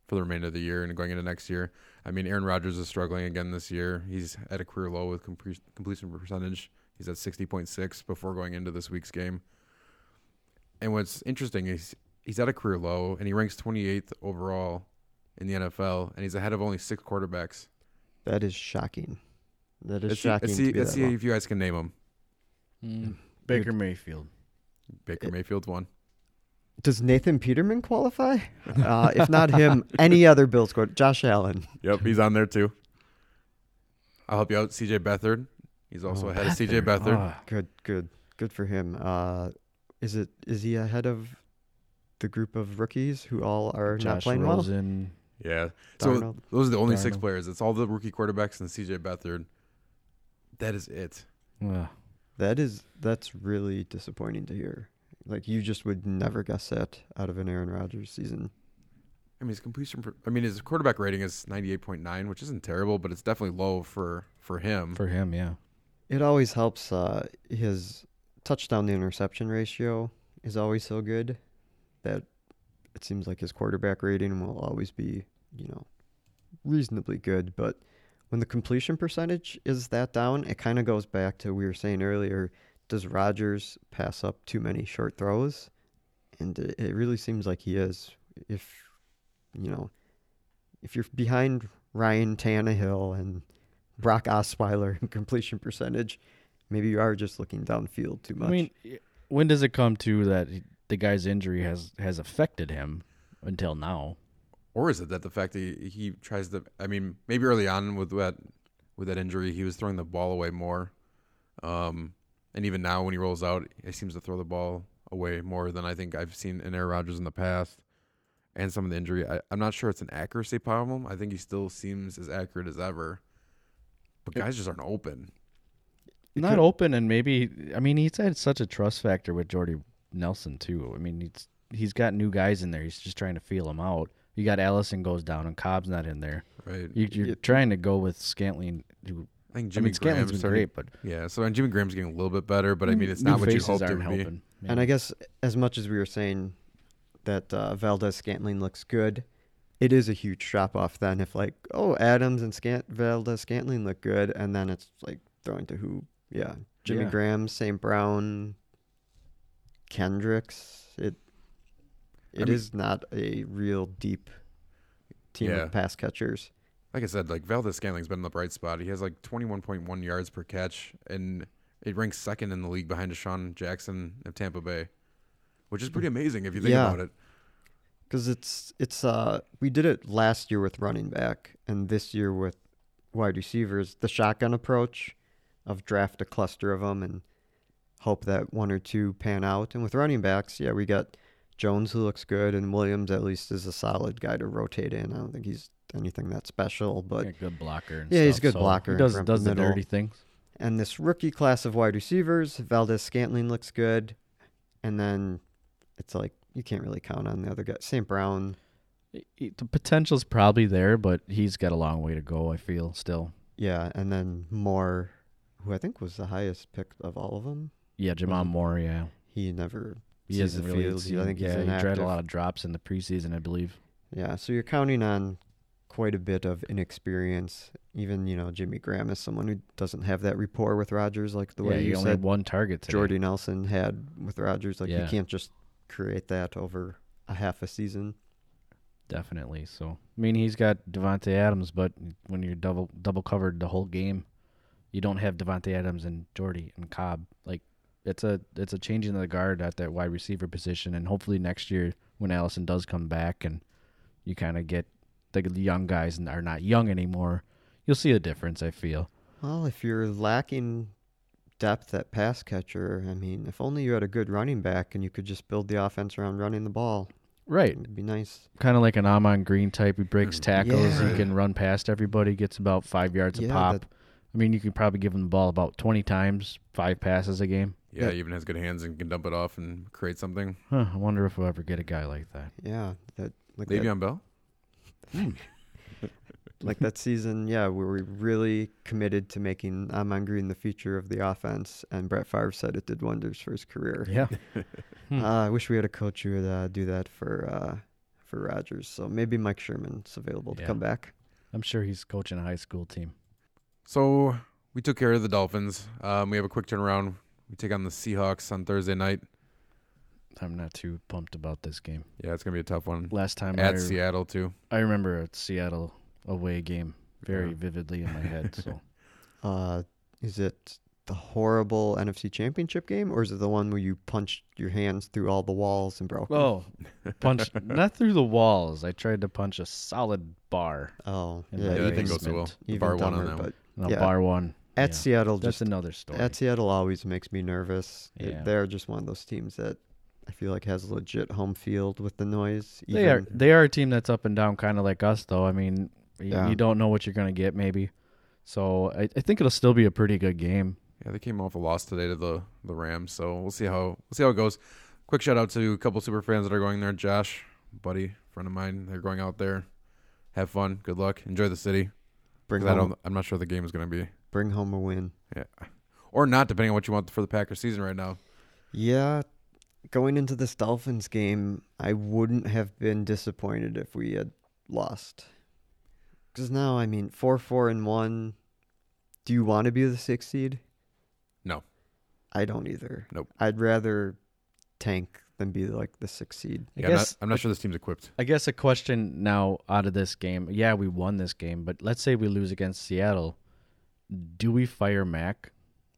for the remainder of the year and going into next year. I mean, Aaron Rodgers is struggling again this year. He's at a career low with comple- completion percentage. He's at 60.6 before going into this week's game. And what's interesting is he's at a career low and he ranks 28th overall in the NFL and he's ahead of only six quarterbacks. That is shocking. That is Let's see, shocking. let's to see, be let's that see low. if you guys can name him. mm, Baker Mayfield. Baker Mayfield's one. Does Nathan Peterman qualify? uh, if not him, any other Bills quarter? Josh Allen. Yep, he's on there too. I'll help you out, CJ Beathard. He's also ahead of CJ Beathard. Ah, Good, good, good for him. Uh, is it is he ahead of the group of rookies who all are not Josh playing well? Rosen. Yeah. So Darnold. those are the only six Darnold. players. It's all the rookie quarterbacks and CJ Beathard. That is it. Ugh. That is that's really disappointing to hear. Like you just would never guess that out of an Aaron Rodgers season. I mean, his completion. per- I mean, his quarterback rating is ninety-eight point nine, which isn't terrible, but it's definitely low for for him. for him, yeah. It always helps. Uh, his touchdown to interception ratio is always so good that it seems like his quarterback rating will always be, you know, reasonably good. But when the completion percentage is that down, it kind of goes back to we were saying earlier. Does Rodgers pass up too many short throws? And it, it really seems like he is. If you know, if you're behind Ryan Tannehill and Brock Osweiler in completion percentage. Maybe you are just looking downfield too much. I mean, y- when does it come to that he- the guy's injury has has affected him until now? Or is it that the fact that he, he tries to? I mean, maybe early on with that with that injury, he was throwing the ball away more. Um, and even now, when he rolls out, he seems to throw the ball away more than I think I've seen in Aaron Rodgers in the past. And some of the injury, I, I'm not sure it's an accuracy problem. I think he still seems as accurate as ever, but guys just aren't open. Not open, and maybe I mean he's had such a trust factor with Jordy Nelson too. I mean he's he's got new guys in there. He's just trying to feel them out. You got Allison goes down, and Cobb's not in there. Right? You, you're trying to go with Scantling. Who, I think I Jimmy mean, Scantling's Graham's been starting- great, but Yeah, so and Jimmy Graham's getting a little bit better, but I mean, it's new not what you faces hoped it aren't would be. helping. Yeah. and I guess as much as we were saying that uh, Valdez Scantling looks good, it is a huge drop off then if like, oh, Adams and Scant Valdez Scantling look good, and then it's like throwing to who? Yeah, Jimmy Yeah. Graham, St. Brown, Kendricks. It it is mean- not a real deep team Yeah. of pass catchers. like I said, like Valdez Scantling's been in the bright spot. He has like 21.1 yards per catch, and it ranks second in the league behind Deshaun Jackson of Tampa Bay, which is pretty amazing if you think Yeah. about it. because it's it's uh we did it last year with running back and this year with wide receivers the shotgun approach of draft a cluster of them and hope that one or two pan out. And with running backs, yeah, we got Jones who looks good, and Williams at least is a solid guy to rotate in. I don't think he's anything that special, but Yeah, good blocker. And Yeah, he's stuff, a good so blocker He does from does the middle. dirty things. and this rookie class of wide receivers, Valdez Scantling looks good, and then it's like you can't really count on the other guy. St. Brown, He- he- The potential's probably there, but he's got a long way to go. I feel still. yeah, and then Moore, who I think was the highest pick of all of them. Yeah, Jamal Mm-hmm. Moore. Yeah, He never he sees the hasn't really. field. seen- I think yeah, he's he inactive. tried a lot of drops in the preseason, I believe. Yeah, so you're counting on quite a bit of inexperience. Even you know Jimmy Graham is someone who doesn't have that rapport with Rodgers like the yeah, way he you only had said one target today. Jordy Nelson had with Rodgers. Like Yeah. you can't just create that over a half a season. Definitely. So I mean, he's got Devonte Adams, but when you're double double covered the whole game, you don't have Devonte Adams and Jordy and Cobb. Like it's a it's a change in the guard at that wide receiver position, and hopefully next year when Allison does come back and you kind of get the young guys and are not young anymore, you'll see a difference. I feel. Well, if you're lacking depth at pass catcher, I mean, if only you had a good running back and you could just build the offense around running the ball, Right. it'd be nice. Kind of like an Amon Green type. He breaks tackles. Mm. Yeah. He can run past everybody. Gets about five yards Yeah, a pop. that- I mean, you could probably give him the ball about twenty times, five passes a game. Yeah, he even has good hands and can dump it off and create something. Huh, I wonder if we'll ever get a guy like that. Yeah, that like that, Le'Veon Bell. like that season, yeah, we were really committed to making Amon Green the feature of the offense, and Brett Favre said it did wonders for his career. Yeah. Hmm. Uh, I wish we had a coach who would uh, do that for uh, for Rodgers. So maybe Mike Sherman's available to Yeah. come back. I'm sure he's coaching a high school team. So we took care of the Dolphins. Um, we have a quick turnaround. We take on the Seahawks on Thursday night. I'm not too pumped about this game. Yeah, it's gonna be a tough one. Last time I, At Seattle too. I remember a Seattle away game very Yeah. vividly in my head. So Uh, is it the horrible NFC Championship game, or is it the one where you punched your hands through all the walls and broke? 'em? oh, punch not through the walls. I tried to punch a solid bar. oh, in yeah, my Yeah, I even, think it goes to basement. well. The even bar one on dumber, that one. but And a Yeah. bar one. At Yeah. Seattle, That's just another story. at Seattle always makes me nervous. It- Yeah. They're just one of those teams that I feel like has legit home field with the noise. Even, They are they are a team that's up and down, kind of like us, though. I mean, y- Yeah. you don't know what you're gonna get, maybe. So I, I think it'll still be a pretty good game. Yeah, they came off a loss today to the the Rams, so we'll see how we'll see how it goes. Quick shout out to a couple super fans that are going there. Josh, buddy, friend of mine, they're going out there. Have fun. Good luck. Enjoy the city. bring 'Cause I home, don't, I'm not sure the game is going to be bring home a win. or not, depending on what you want for the Packers season right now. Yeah, going into this Dolphins game, I wouldn't have been disappointed if we had lost. Because now, I mean, four, four, and one. Do you want to be the sixth seed? No. I don't either. Nope. I'd rather tank than be like the sixth seed. I Yeah, guess I'm, not, I'm not sure this team's equipped. I guess a question now out of this game. Yeah, we won this game, but let's say we lose against Seattle. Do we fire Mac?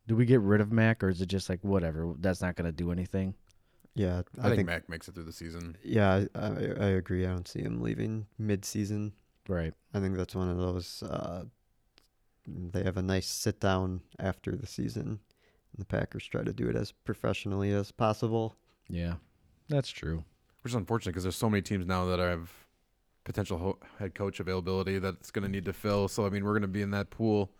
Do we get rid of Mac, or is it just like whatever? That's not going to do anything. Yeah, I, think, Mac makes it through the season. yeah, I, I I agree. I don't see him leaving mid-season. Right. I think that's one of those. Uh, they have a nice sit down after the season. The Packers try to do it as professionally as possible. Yeah, that's true. which is unfortunate because there's so many teams now that have potential ho- head coach availability that's going to need to fill. So I mean, we're going to be in that pool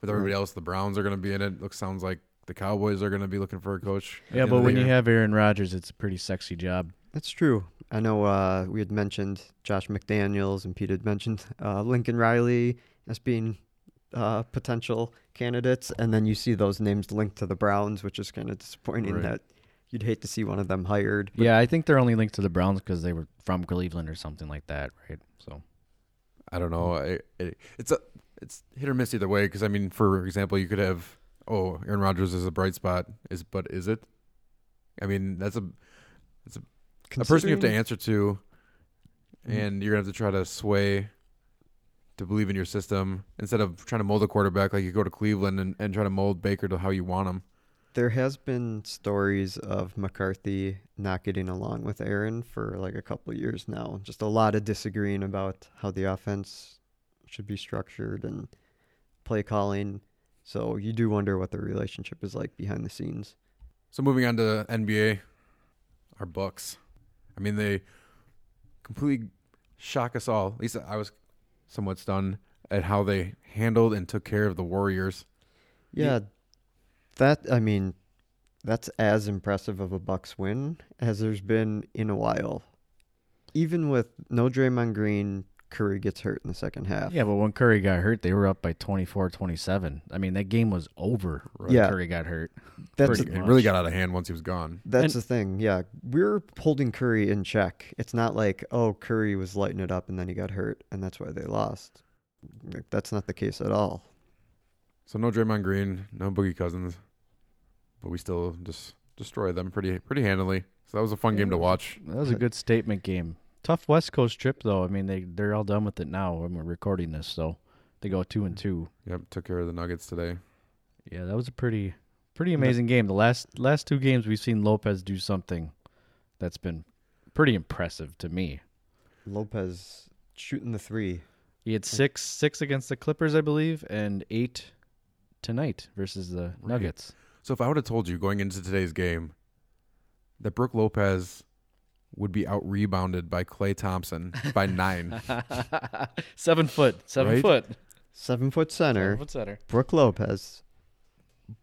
with everybody Mm-hmm. else. The Browns are going to be in it. Looks sounds like the Cowboys are going to be looking for a coach. at the Yeah, end but of the when you year. have Aaron Rodgers, it's a pretty sexy job. That's true. I know uh, we had mentioned Josh McDaniels, and Pete had mentioned uh, Lincoln Riley as being uh, potential candidates, and then you see those names linked to the Browns, which is kind of disappointing. Right. That you'd hate to see one of them hired. yeah, I think they're only linked to the Browns because they were from Cleveland or something like that, right? So I don't know. I, it, it's a it's hit or miss either way. Because I mean, for example, you could have oh Aaron Rodgers is a bright spot. Is but is it? I mean, that's a a person you have to Considering- answer to, Mm-hmm. and you're gonna have to try to sway to believe in your system instead of trying to mold a quarterback like you go to Cleveland and, and try to mold Baker to how you want him. There has been stories of McCarthy not getting along with Aaron for like a couple of years now. Just a lot of disagreeing about how the offense should be structured and play calling. So you do wonder what their relationship is like behind the scenes. So moving on to NBA, our Bucks. I mean, they completely shock us all. At least I was somewhat stunned at how they handled and took care of the Warriors. Yeah, that I mean, that's as impressive of a Bucks win as there's been in a while. Even with no Draymond Green, Curry gets hurt in the second half. Yeah, but when Curry got hurt, they were up by 24 27. I mean, that game was over when Yeah. Curry got hurt. that's Pretty It much. really got out of hand once he was gone. that's the thing. Yeah, we're holding Curry in check. It's not like oh Curry was lighting it up and then he got hurt and that's why they lost. Like, that's not the case at all. So no Draymond Green, no Boogie Cousins, but we still just destroy them pretty pretty handily. So that was a fun game to watch. That was a good statement game. Tough West Coast trip, though. I mean, they, they're all done with it now when we're recording this, so they go two and two. Yep, took care of the Nuggets today. Yeah, that was a pretty pretty amazing game. The last last two games we've seen Lopez do something that's been pretty impressive to me. Lopez shooting the three. He had six six against the Clippers, I believe, and eight tonight versus the Nuggets. So if I would have told you going into today's game that Brooke Lopez would be out rebounded by Clay Thompson by nine, seven foot, seven Right? foot, Seven foot seven center, foot center. Brooke Lopez.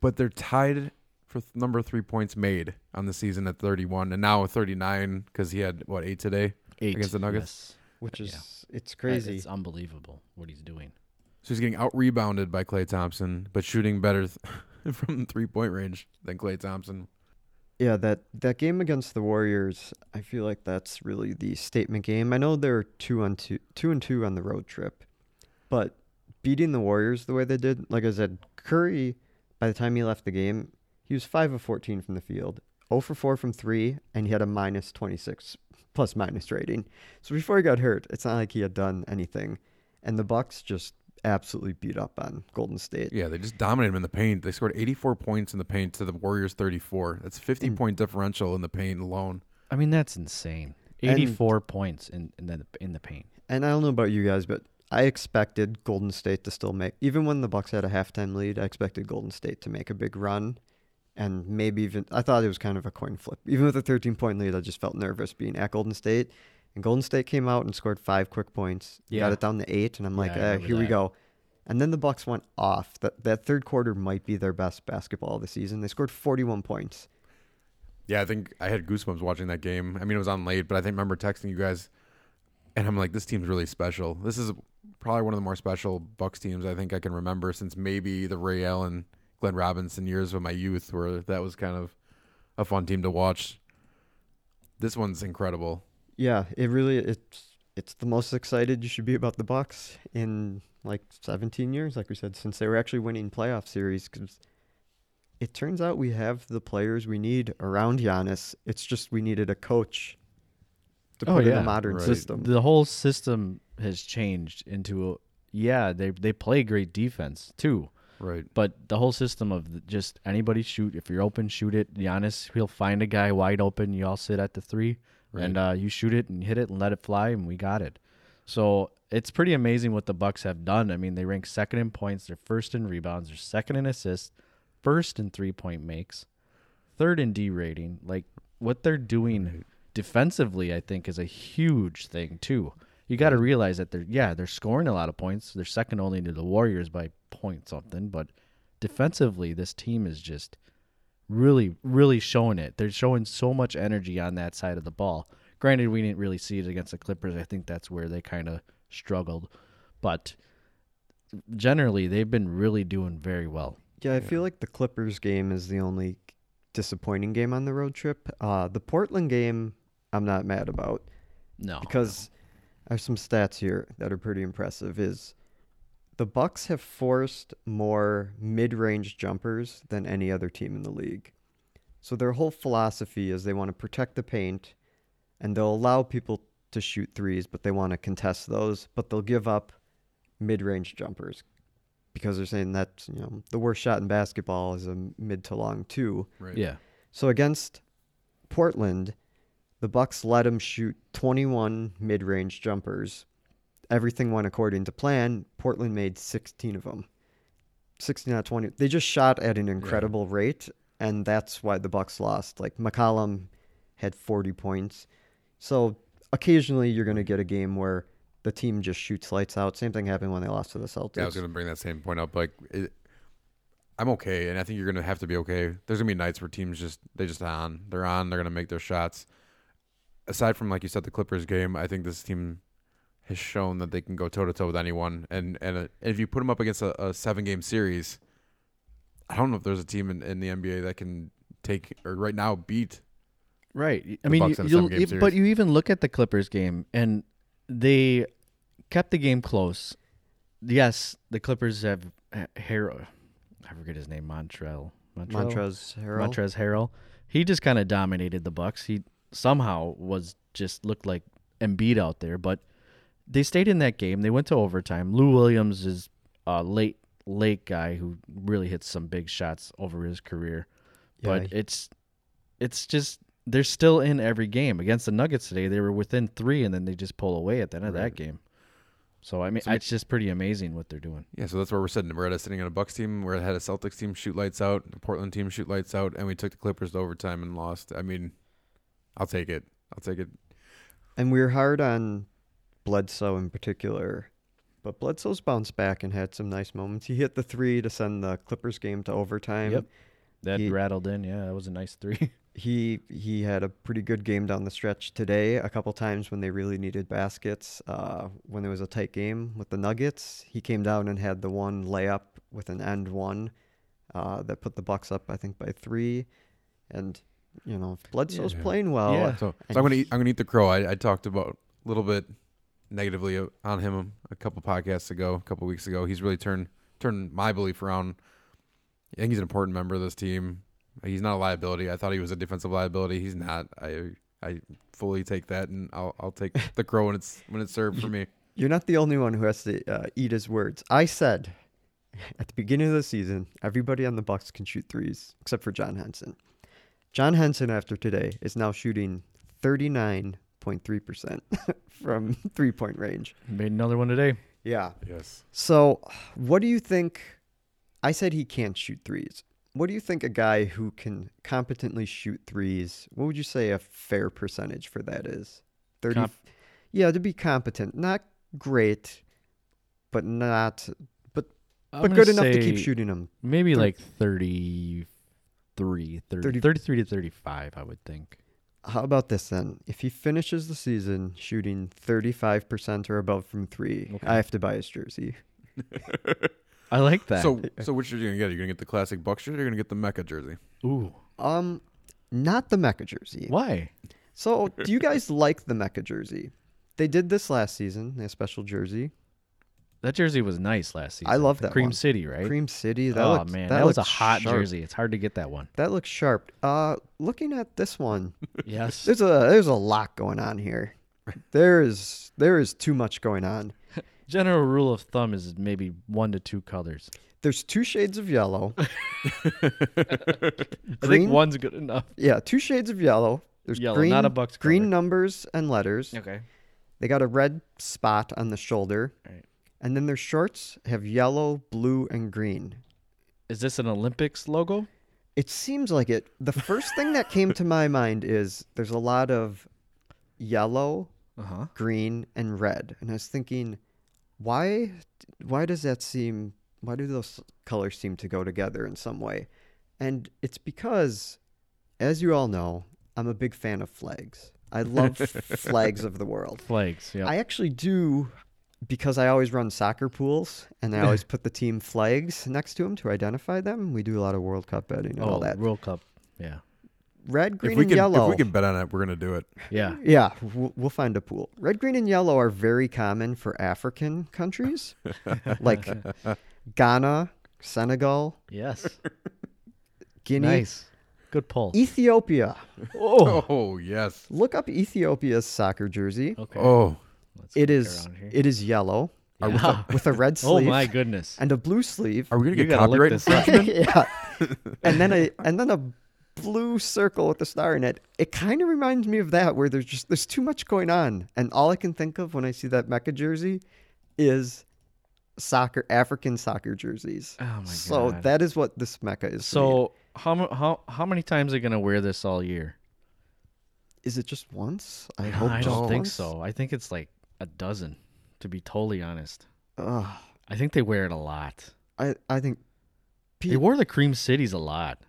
but they're tied for th- number three points made on the season at 31, and now 39 because he had what eight today Eight against the Nuggets. yes. which Yeah. is it's crazy. It's unbelievable what he's doing. So he's getting out rebounded by Clay Thompson, but shooting better th- from three point range than Clay Thompson. yeah, that that game against the Warriors, I feel like that's really the statement game. I know they're two on two, two and two on the road trip, but beating the Warriors the way they did, like I said, Curry, by the time he left the game, he was five of fourteen from the field, zero for four from three, and he had a minus twenty six plus minus rating. So before he got hurt, it's not like he had done anything, and the Bucks just absolutely beat up on Golden State. Yeah, they just dominated him in the paint. They scored 84 points in the paint to the Warriors 34. That's 50 point differential in the paint alone. I mean, that's insane. And- Eighty-four points in in the in the paint. And I don't know about you guys, but I expected Golden State to still make even when the Bucks had a halftime lead, I expected Golden State to make a big run and maybe even I thought it was kind of a coin flip. Even with a 13 point lead, I just felt nervous being at Golden State. And Golden State came out and scored five quick points. Yeah. Got it down to 8 and I'm like, I eh, remember here we that. go. And then the Bucks went off. That that third quarter might be their best basketball of the season. They scored 41 points. Yeah, I think I had goosebumps watching that game. I mean, it was on late, but I think I remember texting you guys, and I'm like, this team's really special. This is probably one of the more special Bucks teams I think I can remember since maybe the Ray Allen, Glenn Robinson years of my youth, where that was kind of a fun team to watch. This one's incredible. Yeah, it really it's it's the most excited you should be about the Bucks in like 17 years, like we said, since they were actually winning playoff series. Because it turns out we have the players we need around Giannis. It's just we needed a coach to Oh, put in yeah. a modern Right. system. The whole system has changed into a, yeah, they they play great defense too, Right. but the whole system of the- just anybody shoot if you're open, shoot it. Giannis he'll find a guy wide open. You all sit at the three, and uh, you shoot it and hit it and let it fly, and we got it. So it's pretty amazing what the Bucks have done. I mean, they rank second in points, they're first in rebounds, they're second in assists, first in three point makes, third in D rating. Like what they're doing defensively, I think, is a huge thing too. You got to realize that they're yeah they're scoring a lot of points. They're second only to the Warriors by point something, but defensively, this team is just really, really showing it. They're showing so much energy on that side of the ball. Granted, we didn't really see it against the Clippers. I think that's where they kind of struggled. But generally, they've been really doing very well. Yeah, I feel like the Clippers game is the only disappointing game on the road trip. Uh, the Portland game, I'm not mad about. No. because I have some stats here that are pretty impressive. Is the Bucks have forced more mid-range jumpers than any other team in the league. So their whole philosophy is they want to protect the paint, and they'll allow people to shoot threes, but they want to contest those. But they'll give up mid-range jumpers because they're saying that's you know the worst shot in basketball is a mid to long two. Right. yeah. So against Portland, the Bucks let him shoot 21 mid-range jumpers. Everything went according to plan. Portland made 16 of them. 16 out of 20. They just shot at an incredible rate, and that's why the Bucks lost. Like McCollum had 40 points. So occasionally you're going to get a game where the team just shoots lights out. Same thing happened when they lost to the Celtics. Yeah, I was going to bring that same point up. Like, it, I'm okay, and I think you're going to have to be okay. There's going to be nights where teams just they just on, they're on, they're going to make their shots. Aside from like you said, the Clippers game, I think this team has shown that they can go toe to toe with anyone, and and uh, if you put them up against a, a seven game series, I don't know if there's a team in, in the NBA that can take or right now beat. Right. I The mean, Bucks you, in a you'll- seven-game you- series. but you even look at the Clippers game, and they kept the game close. Yes, the Clippers have Ha- Harrell. I forget his name. Montrell. Montrell. Montrez Harrell. Montrez Harrell. He just kind of dominated the Bucks. He somehow was just looked like Embiid out there, but they stayed in that game. They went to overtime. Lou Williams is a late late guy who really hits some big shots over his career, Yeah, but he- it's it's just they're still in every game. Against the Nuggets today, they were within three, and then they just pull away at the end of that game. So I mean, it's just pretty amazing what they're doing. Yeah, so that's where we're sitting. We're at a sitting on a Bucks team. We're had a Celtics team shoot lights out, a Portland team shoot lights out, and we took the Clippers to overtime and lost. I mean, I'll take it. I'll take it. And we were hard on Bledsoe in particular. But Bledsoe's bounced back and had some nice moments. He hit the three to send the Clippers game to overtime. Yep. That He- rattled in. Yeah, that was a nice three. He he had a pretty good game down the stretch today. A couple times when they really needed baskets, uh, when there was a tight game with the Nuggets, he came down and had the one layup with an end one uh, that put the Bucks up, I think, by three. And you know, if Bledsoe's Yeah. playing well, Yeah. So, And so I'm gonna he- eat, I'm gonna eat the crow. I, I talked about a little bit negatively on him a couple podcasts ago, a couple weeks ago. He's really turned turned my belief around. I think he's an important member of this team. He's not a liability. I thought he was a defensive liability. He's not. I I fully take that, and I'll I'll take the crow when it's when it's served for me. You're not the only one who has to uh, eat his words. I said at the beginning of the season, everybody on the Bucks can shoot threes except for John Henson. John Henson, after today, is now shooting 39.3% from three point range. Made another one today. Yeah. Yes. So, what do you think? I said he can't shoot threes. What do you think a guy who can competently shoot threes, what would you say a fair percentage for that is? 30 Comp- Yeah, to be competent, not great, but not I'm but gonna good enough to keep say shooting them. Maybe Thir- like 33, 30, Thirty- 33 to 35, I would think. How about this then? If he finishes the season shooting 35% or above from 3, I have to buy his jersey. I like that. So so which are you gonna get? Are you gonna get the classic Buck shirt or you're gonna get the Mecca jersey? Ooh. Um not the Mecca jersey. Why? So, do you guys like the Mecca jersey? They did this last season, they had a special jersey. That jersey was nice last season. I love The that Cream one. City, right? Cream City, that oh, looked- man. that, That, was a looked hot sharp. jersey. It's hard to get that one. That looks sharp. Uh looking at this one, Yes. there's a there's a lot going on here. There is there is too much going on. General rule of thumb is maybe one to two colors. There's two shades of yellow. I Green? think one's good enough. Yeah, two shades of yellow. There's Yellow, green, not a Bucks green color. numbers and letters. Okay. They got a red spot on the shoulder, Right. and then their shorts have yellow, blue, and green. Is this an Olympics logo? It seems like it. The first thing that came to my mind is there's a lot of yellow, Uh huh. green, and red, and I was thinking, why, why does that seem? Why do those colors seem to go together in some way? And it's because, as you all know, I'm a big fan of flags. I love flags of the world. Flags. Yeah. I actually do because I always run soccer pools and I always put the team flags next to them to identify them. We do a lot of World Cup betting and oh, all that. World Cup. Yeah. Red, If green, we and can yellow. if we can bet on it, we're gonna do it. Yeah. Yeah, we'll, we'll find a pool. Red, green, and yellow are very common for African countries like Ghana, Senegal, yes. Guinea, Nice. Good pull. Ethiopia. Oh. Oh yes. Look up Ethiopia's soccer jersey. Okay. Oh. Let's It look is around here. it is yellow Are we- Yeah. with a red Oh sleeve my goodness. and a blue sleeve. Are we gonna You get gotta look copyright this up. infringement? yeah. And then a and then a blue circle with a star in it. It kind of reminds me of that where there's just there's too much going on. And all I can think of when I see that Mecca jersey is soccer African soccer jerseys. Oh my so God. that is what this mecca is. for me. So how mu- how how many times are they gonna wear this all year? is it just once? I hope. I just don't think once. so. I think it's like a dozen. To be totally honest, Ugh. I think they wear it a lot. I I think They Pete, wore the Cream Cities a lot.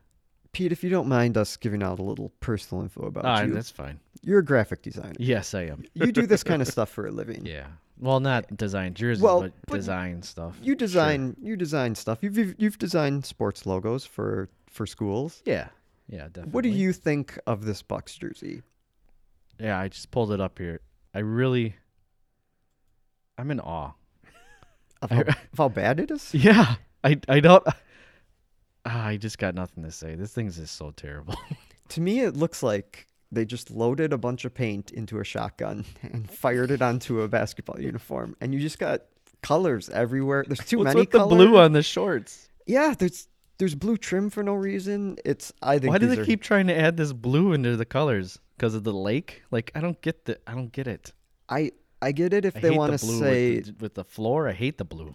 Pete, if you don't mind us giving out a little personal info about Ah, you, that's fine. you're a graphic designer. Yes, I am. you do this kind of stuff for a living. Yeah. Well, not design jerseys, Well, but, but design stuff. You design you design stuff. You've, you've you've designed sports logos for for schools. Yeah. Yeah, definitely. What do you think of this Bucks jersey? Yeah, I just pulled it up here. I really, I'm in awe. Of how, of how bad it is? Yeah, I I don't. Ah, I just got nothing to say. This thing's just so terrible. To me, it looks like they just loaded a bunch of paint into a shotgun and fired it onto a basketball uniform, and you just got colors everywhere. There's too What's many with colors. the blue on the shorts? Yeah, there's there's blue trim for no reason. It's I think Why do these they are- keep trying to add this blue into the colors? Because of the lake? Like I don't get the I don't get it. I I get it if I they hate want to the blue say with the, with the floor. I hate the blue.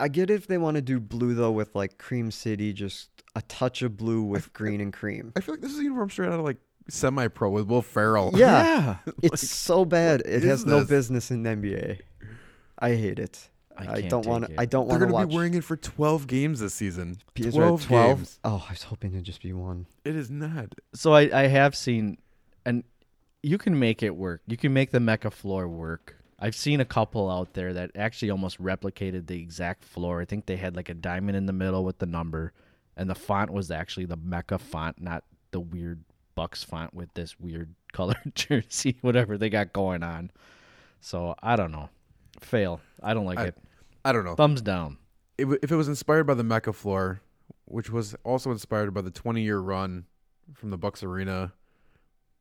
I get if they want to do blue though with like Cream City, just a touch of blue with green and cream. I feel like this is a uniform straight out of like semi-pro with Will Ferrell. Yeah, it's so bad. It is has no this? business in the NBA. I hate it. I I, can't don't want take to. it. I don't They're want to going to watch. be wearing it for 12 games this season. Is there a 12, 12? games. Oh, I was hoping it'd just be one. It is not. So I I have seen, and you can make it work. You can make the mecha floor work. I've seen a couple out there that actually almost replicated the exact floor. I think they had like a diamond in the middle with the number, and the font was actually the mecha font, not the weird Bucks font with this weird colored jersey, whatever they got going on. So I don't know. Fail. I don't like I- it. I don't know. Thumbs down. It w- if it was inspired by the Mecca floor, which was also inspired by the 20-year run from the Bucks Arena,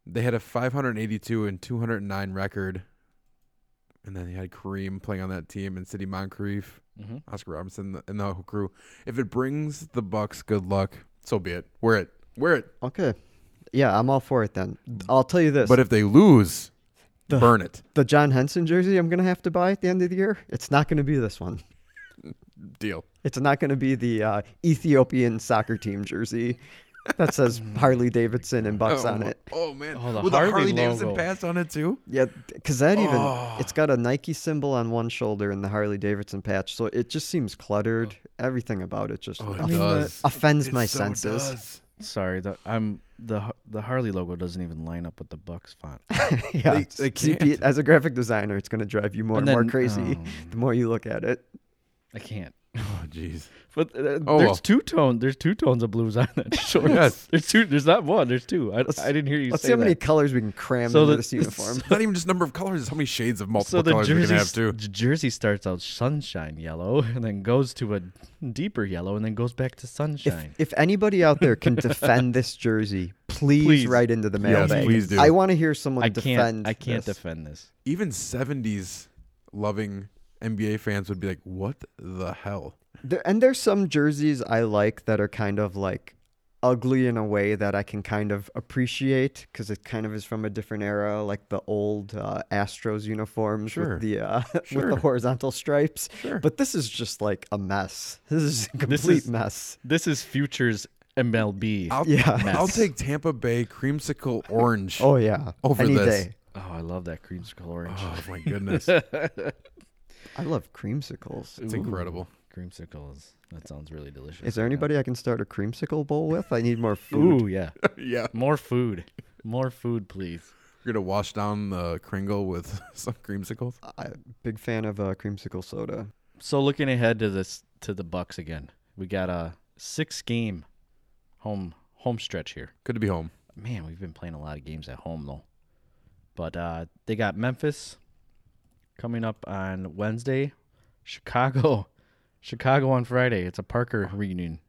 they had a 582 and 209 record, and then they had Kareem playing on that team and City Moncrief, Mhm. Oscar Robinson, and the whole crew. If it brings the Bucks good luck, so be it. Wear it. Wear it. Okay, yeah, I'm all for it then. I'll tell you this. Mm. But if they lose, The- burn it. the John Henson jersey I'm gonna have to buy at the end of the year, it's not gonna be this one. Deal. It's not going to be the uh, Ethiopian soccer team jersey that says Harley Davidson and Bucks on oh, it. Oh man, Oh, the with Harley the Harley Davidson logo. pass on it too. Yeah, because that even Oh. it's got a Nike symbol on one shoulder and the Harley Davidson patch, so it just seems cluttered. Everything about it just off- Oh. does. offends It my so senses. does. Sorry, the, I'm the the Harley logo doesn't even line up with the Bucks font. yeah, They- they so you can't. be- as a graphic designer, it's going to drive you more and, And more then- crazy oh. the more you look at it. I can't. Oh jeez. But uh, Oh, there's well. two tone. There's two tones of blues on that shorts. Yes. There's two. There's not one. There's two. I, Let's- I didn't hear you Let's say see how many that. colors we can cram So into the- this uniform. Not even just number of colors. How many shades of multiple So the colors we can have jersey, too? the jersey starts out sunshine yellow, and then goes to a deeper yellow, and then goes back to sunshine. If anybody out there can defend this jersey, please, Please. write into the Yes, mailbag. please do. I want to hear someone I defend. can't. I can't this. defend this. Even '70s loving NBA fans would be like, "What the hell?" There, and there's some jerseys I like that are kind of like ugly in a way that I can kind of appreciate because it kind of is from a different era, like the old uh, Astros uniforms Sure. with the uh, with Sure. the horizontal stripes. Sure. But this is just like a mess. This is a This complete is- mess. This is futures MLB. I'll, Yeah. I'll Mess. take Tampa Bay creamsicle orange. Oh yeah, Over any this. day. oh, I love that creamsicle orange. Oh, my goodness, I love creamsicles. it's incredible. Creamsicles. That sounds really delicious. Is there anybody I can start a creamsicle bowl with? I need more food. Ooh, yeah. yeah, More food. More food, please. you're gonna wash down the Kringle with some creamsicles. I'm a big fan of uh, creamsicle soda. So looking ahead to this to the Bucks again, we got a six game home home stretch here. Good to be home. Man, we've been playing a lot of games at home though. But uh, they got Memphis coming up on Wednesday, Chicago, Chicago on Friday. It's a Parker reunion,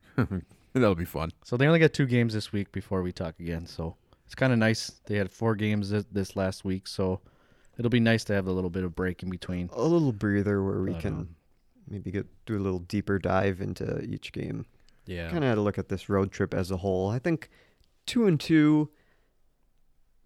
That'll be fun. so they only got two games this week before we talk again. So it's kind of nice. They had four games this, this last week, so it'll be nice to have a little bit of break in between. a little breather where we But, can um, maybe get do a little deeper dive into each game. Yeah, Kind of had a look at this road trip as a whole. I think two and two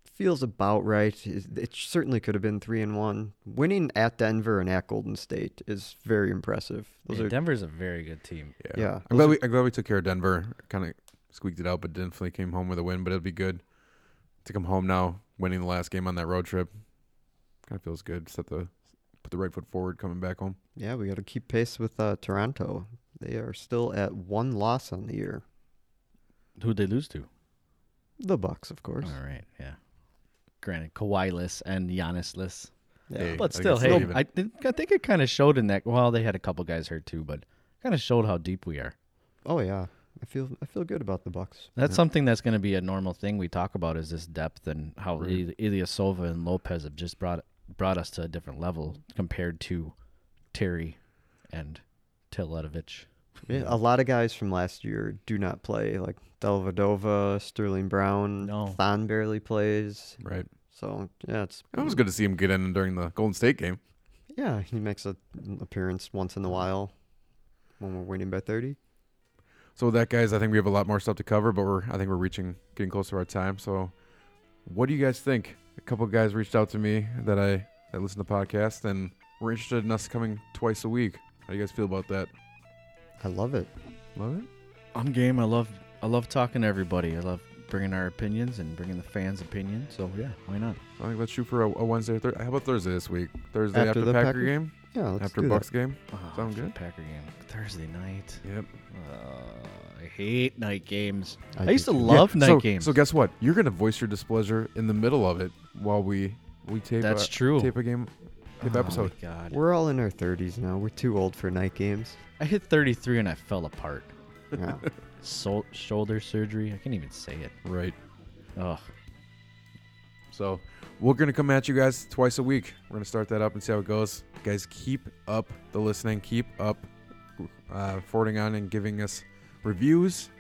feels about right. It it certainly could have been three and one. Winning at Denver and at Golden State is very impressive. Those Yeah, are Denver's a very good team. Yeah. Yeah. I'm glad we I'm glad we took care of Denver. Kind of squeaked it out, but definitely came home with a win. But it'll be good to come home now, winning the last game on that road trip. Kind of feels good. Set the put the right foot forward coming back home. yeah. We got to keep pace with uh, Toronto. They are still at one loss on the year. Who'd they lose to? The Bucks, of course. All right, yeah. Granted, Kawhi-less and Giannis-less. Hey, But I think still, it's hey, even. I think, I think it kind of showed in that. Well, they had a couple guys hurt too, but kind of showed how deep we are. Oh yeah, I feel I feel good about the Bucks. That's something that's going to be a normal thing we talk about is this depth and how right. Ilyasova and Lopez have just brought brought us to a different level compared to Terry and Teletovich. Yeah, a lot of guys from last year do not play, like Delvedova, Sterling Brown. No. Thon barely plays. right. So yeah, it's It was good to see him get in during the Golden State game. Yeah, he makes a, an appearance once in a while when we're winning by thirty. So with that, guys, I think we have a lot more stuff to cover, but we're I think we're reaching getting close to our time. So, what do you guys think? A couple of guys reached out to me that I that listen to the podcast and were interested in us coming twice a week. How do you guys feel about that? I love it. Love it. I'm game. I love I love talking to everybody. I love bringing our opinions and bringing the fans' opinion. So yeah, why not? I think let's shoot for a, a Wednesday. Or thir- how about Thursday this week? Thursday After after, the the Packer Packers? game, Yeah, let's after do Bucks game. Oh, Sound it's the good? Packer game Thursday night. Yep. Uh, I hate night games. that. I, used to do too. love night so, games. So guess what? You're gonna voice your displeasure in the middle of it while we we tape. That's a, true. Tape a game. Tape oh episode. My God, We're all in our thirties now. We're too old for night games. I hit 33 and I fell apart. Yeah. Sol- shoulder surgery. I can't even say it. Right. Ugh. So we're gonna come at you guys twice a week. We're gonna start that up and see how it goes. Guys, keep up the listening. Keep up uh, forwarding on and giving us reviews.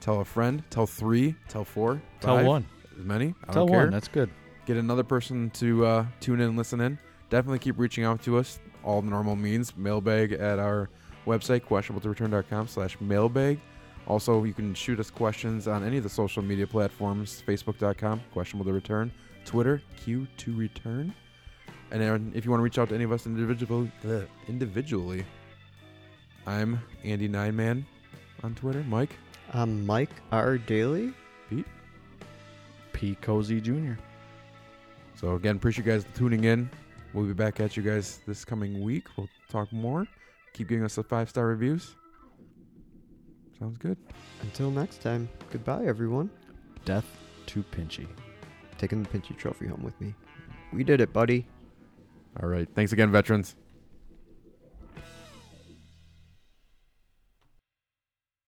Tell a friend. Tell three. Tell four. Tell five, one. As many. I Tell don't care. one. That's good. Get another person to uh, tune in and listen in. Definitely keep reaching out to us. All the normal means. Mailbag at our website, questionabletoreturn.com slash mailbag. Also, you can shoot us questions on any of the social media platforms, facebook.com, questionable to return, Twitter, Q2Return. And then if you want to reach out to any of us individually, ugh, individually I'm Andy Nineman on Twitter. Mike, I'm Mike R. Daly. P. Cozy Jr. So again, appreciate you guys tuning in. We'll be back at you guys this coming week. We'll talk more. Keep giving us the five star reviews. Sounds good. Until next time, goodbye, everyone. Death to Pinchy. Taking the Pinchy Trophy home with me. We did it, buddy. All right. Thanks again, veterans.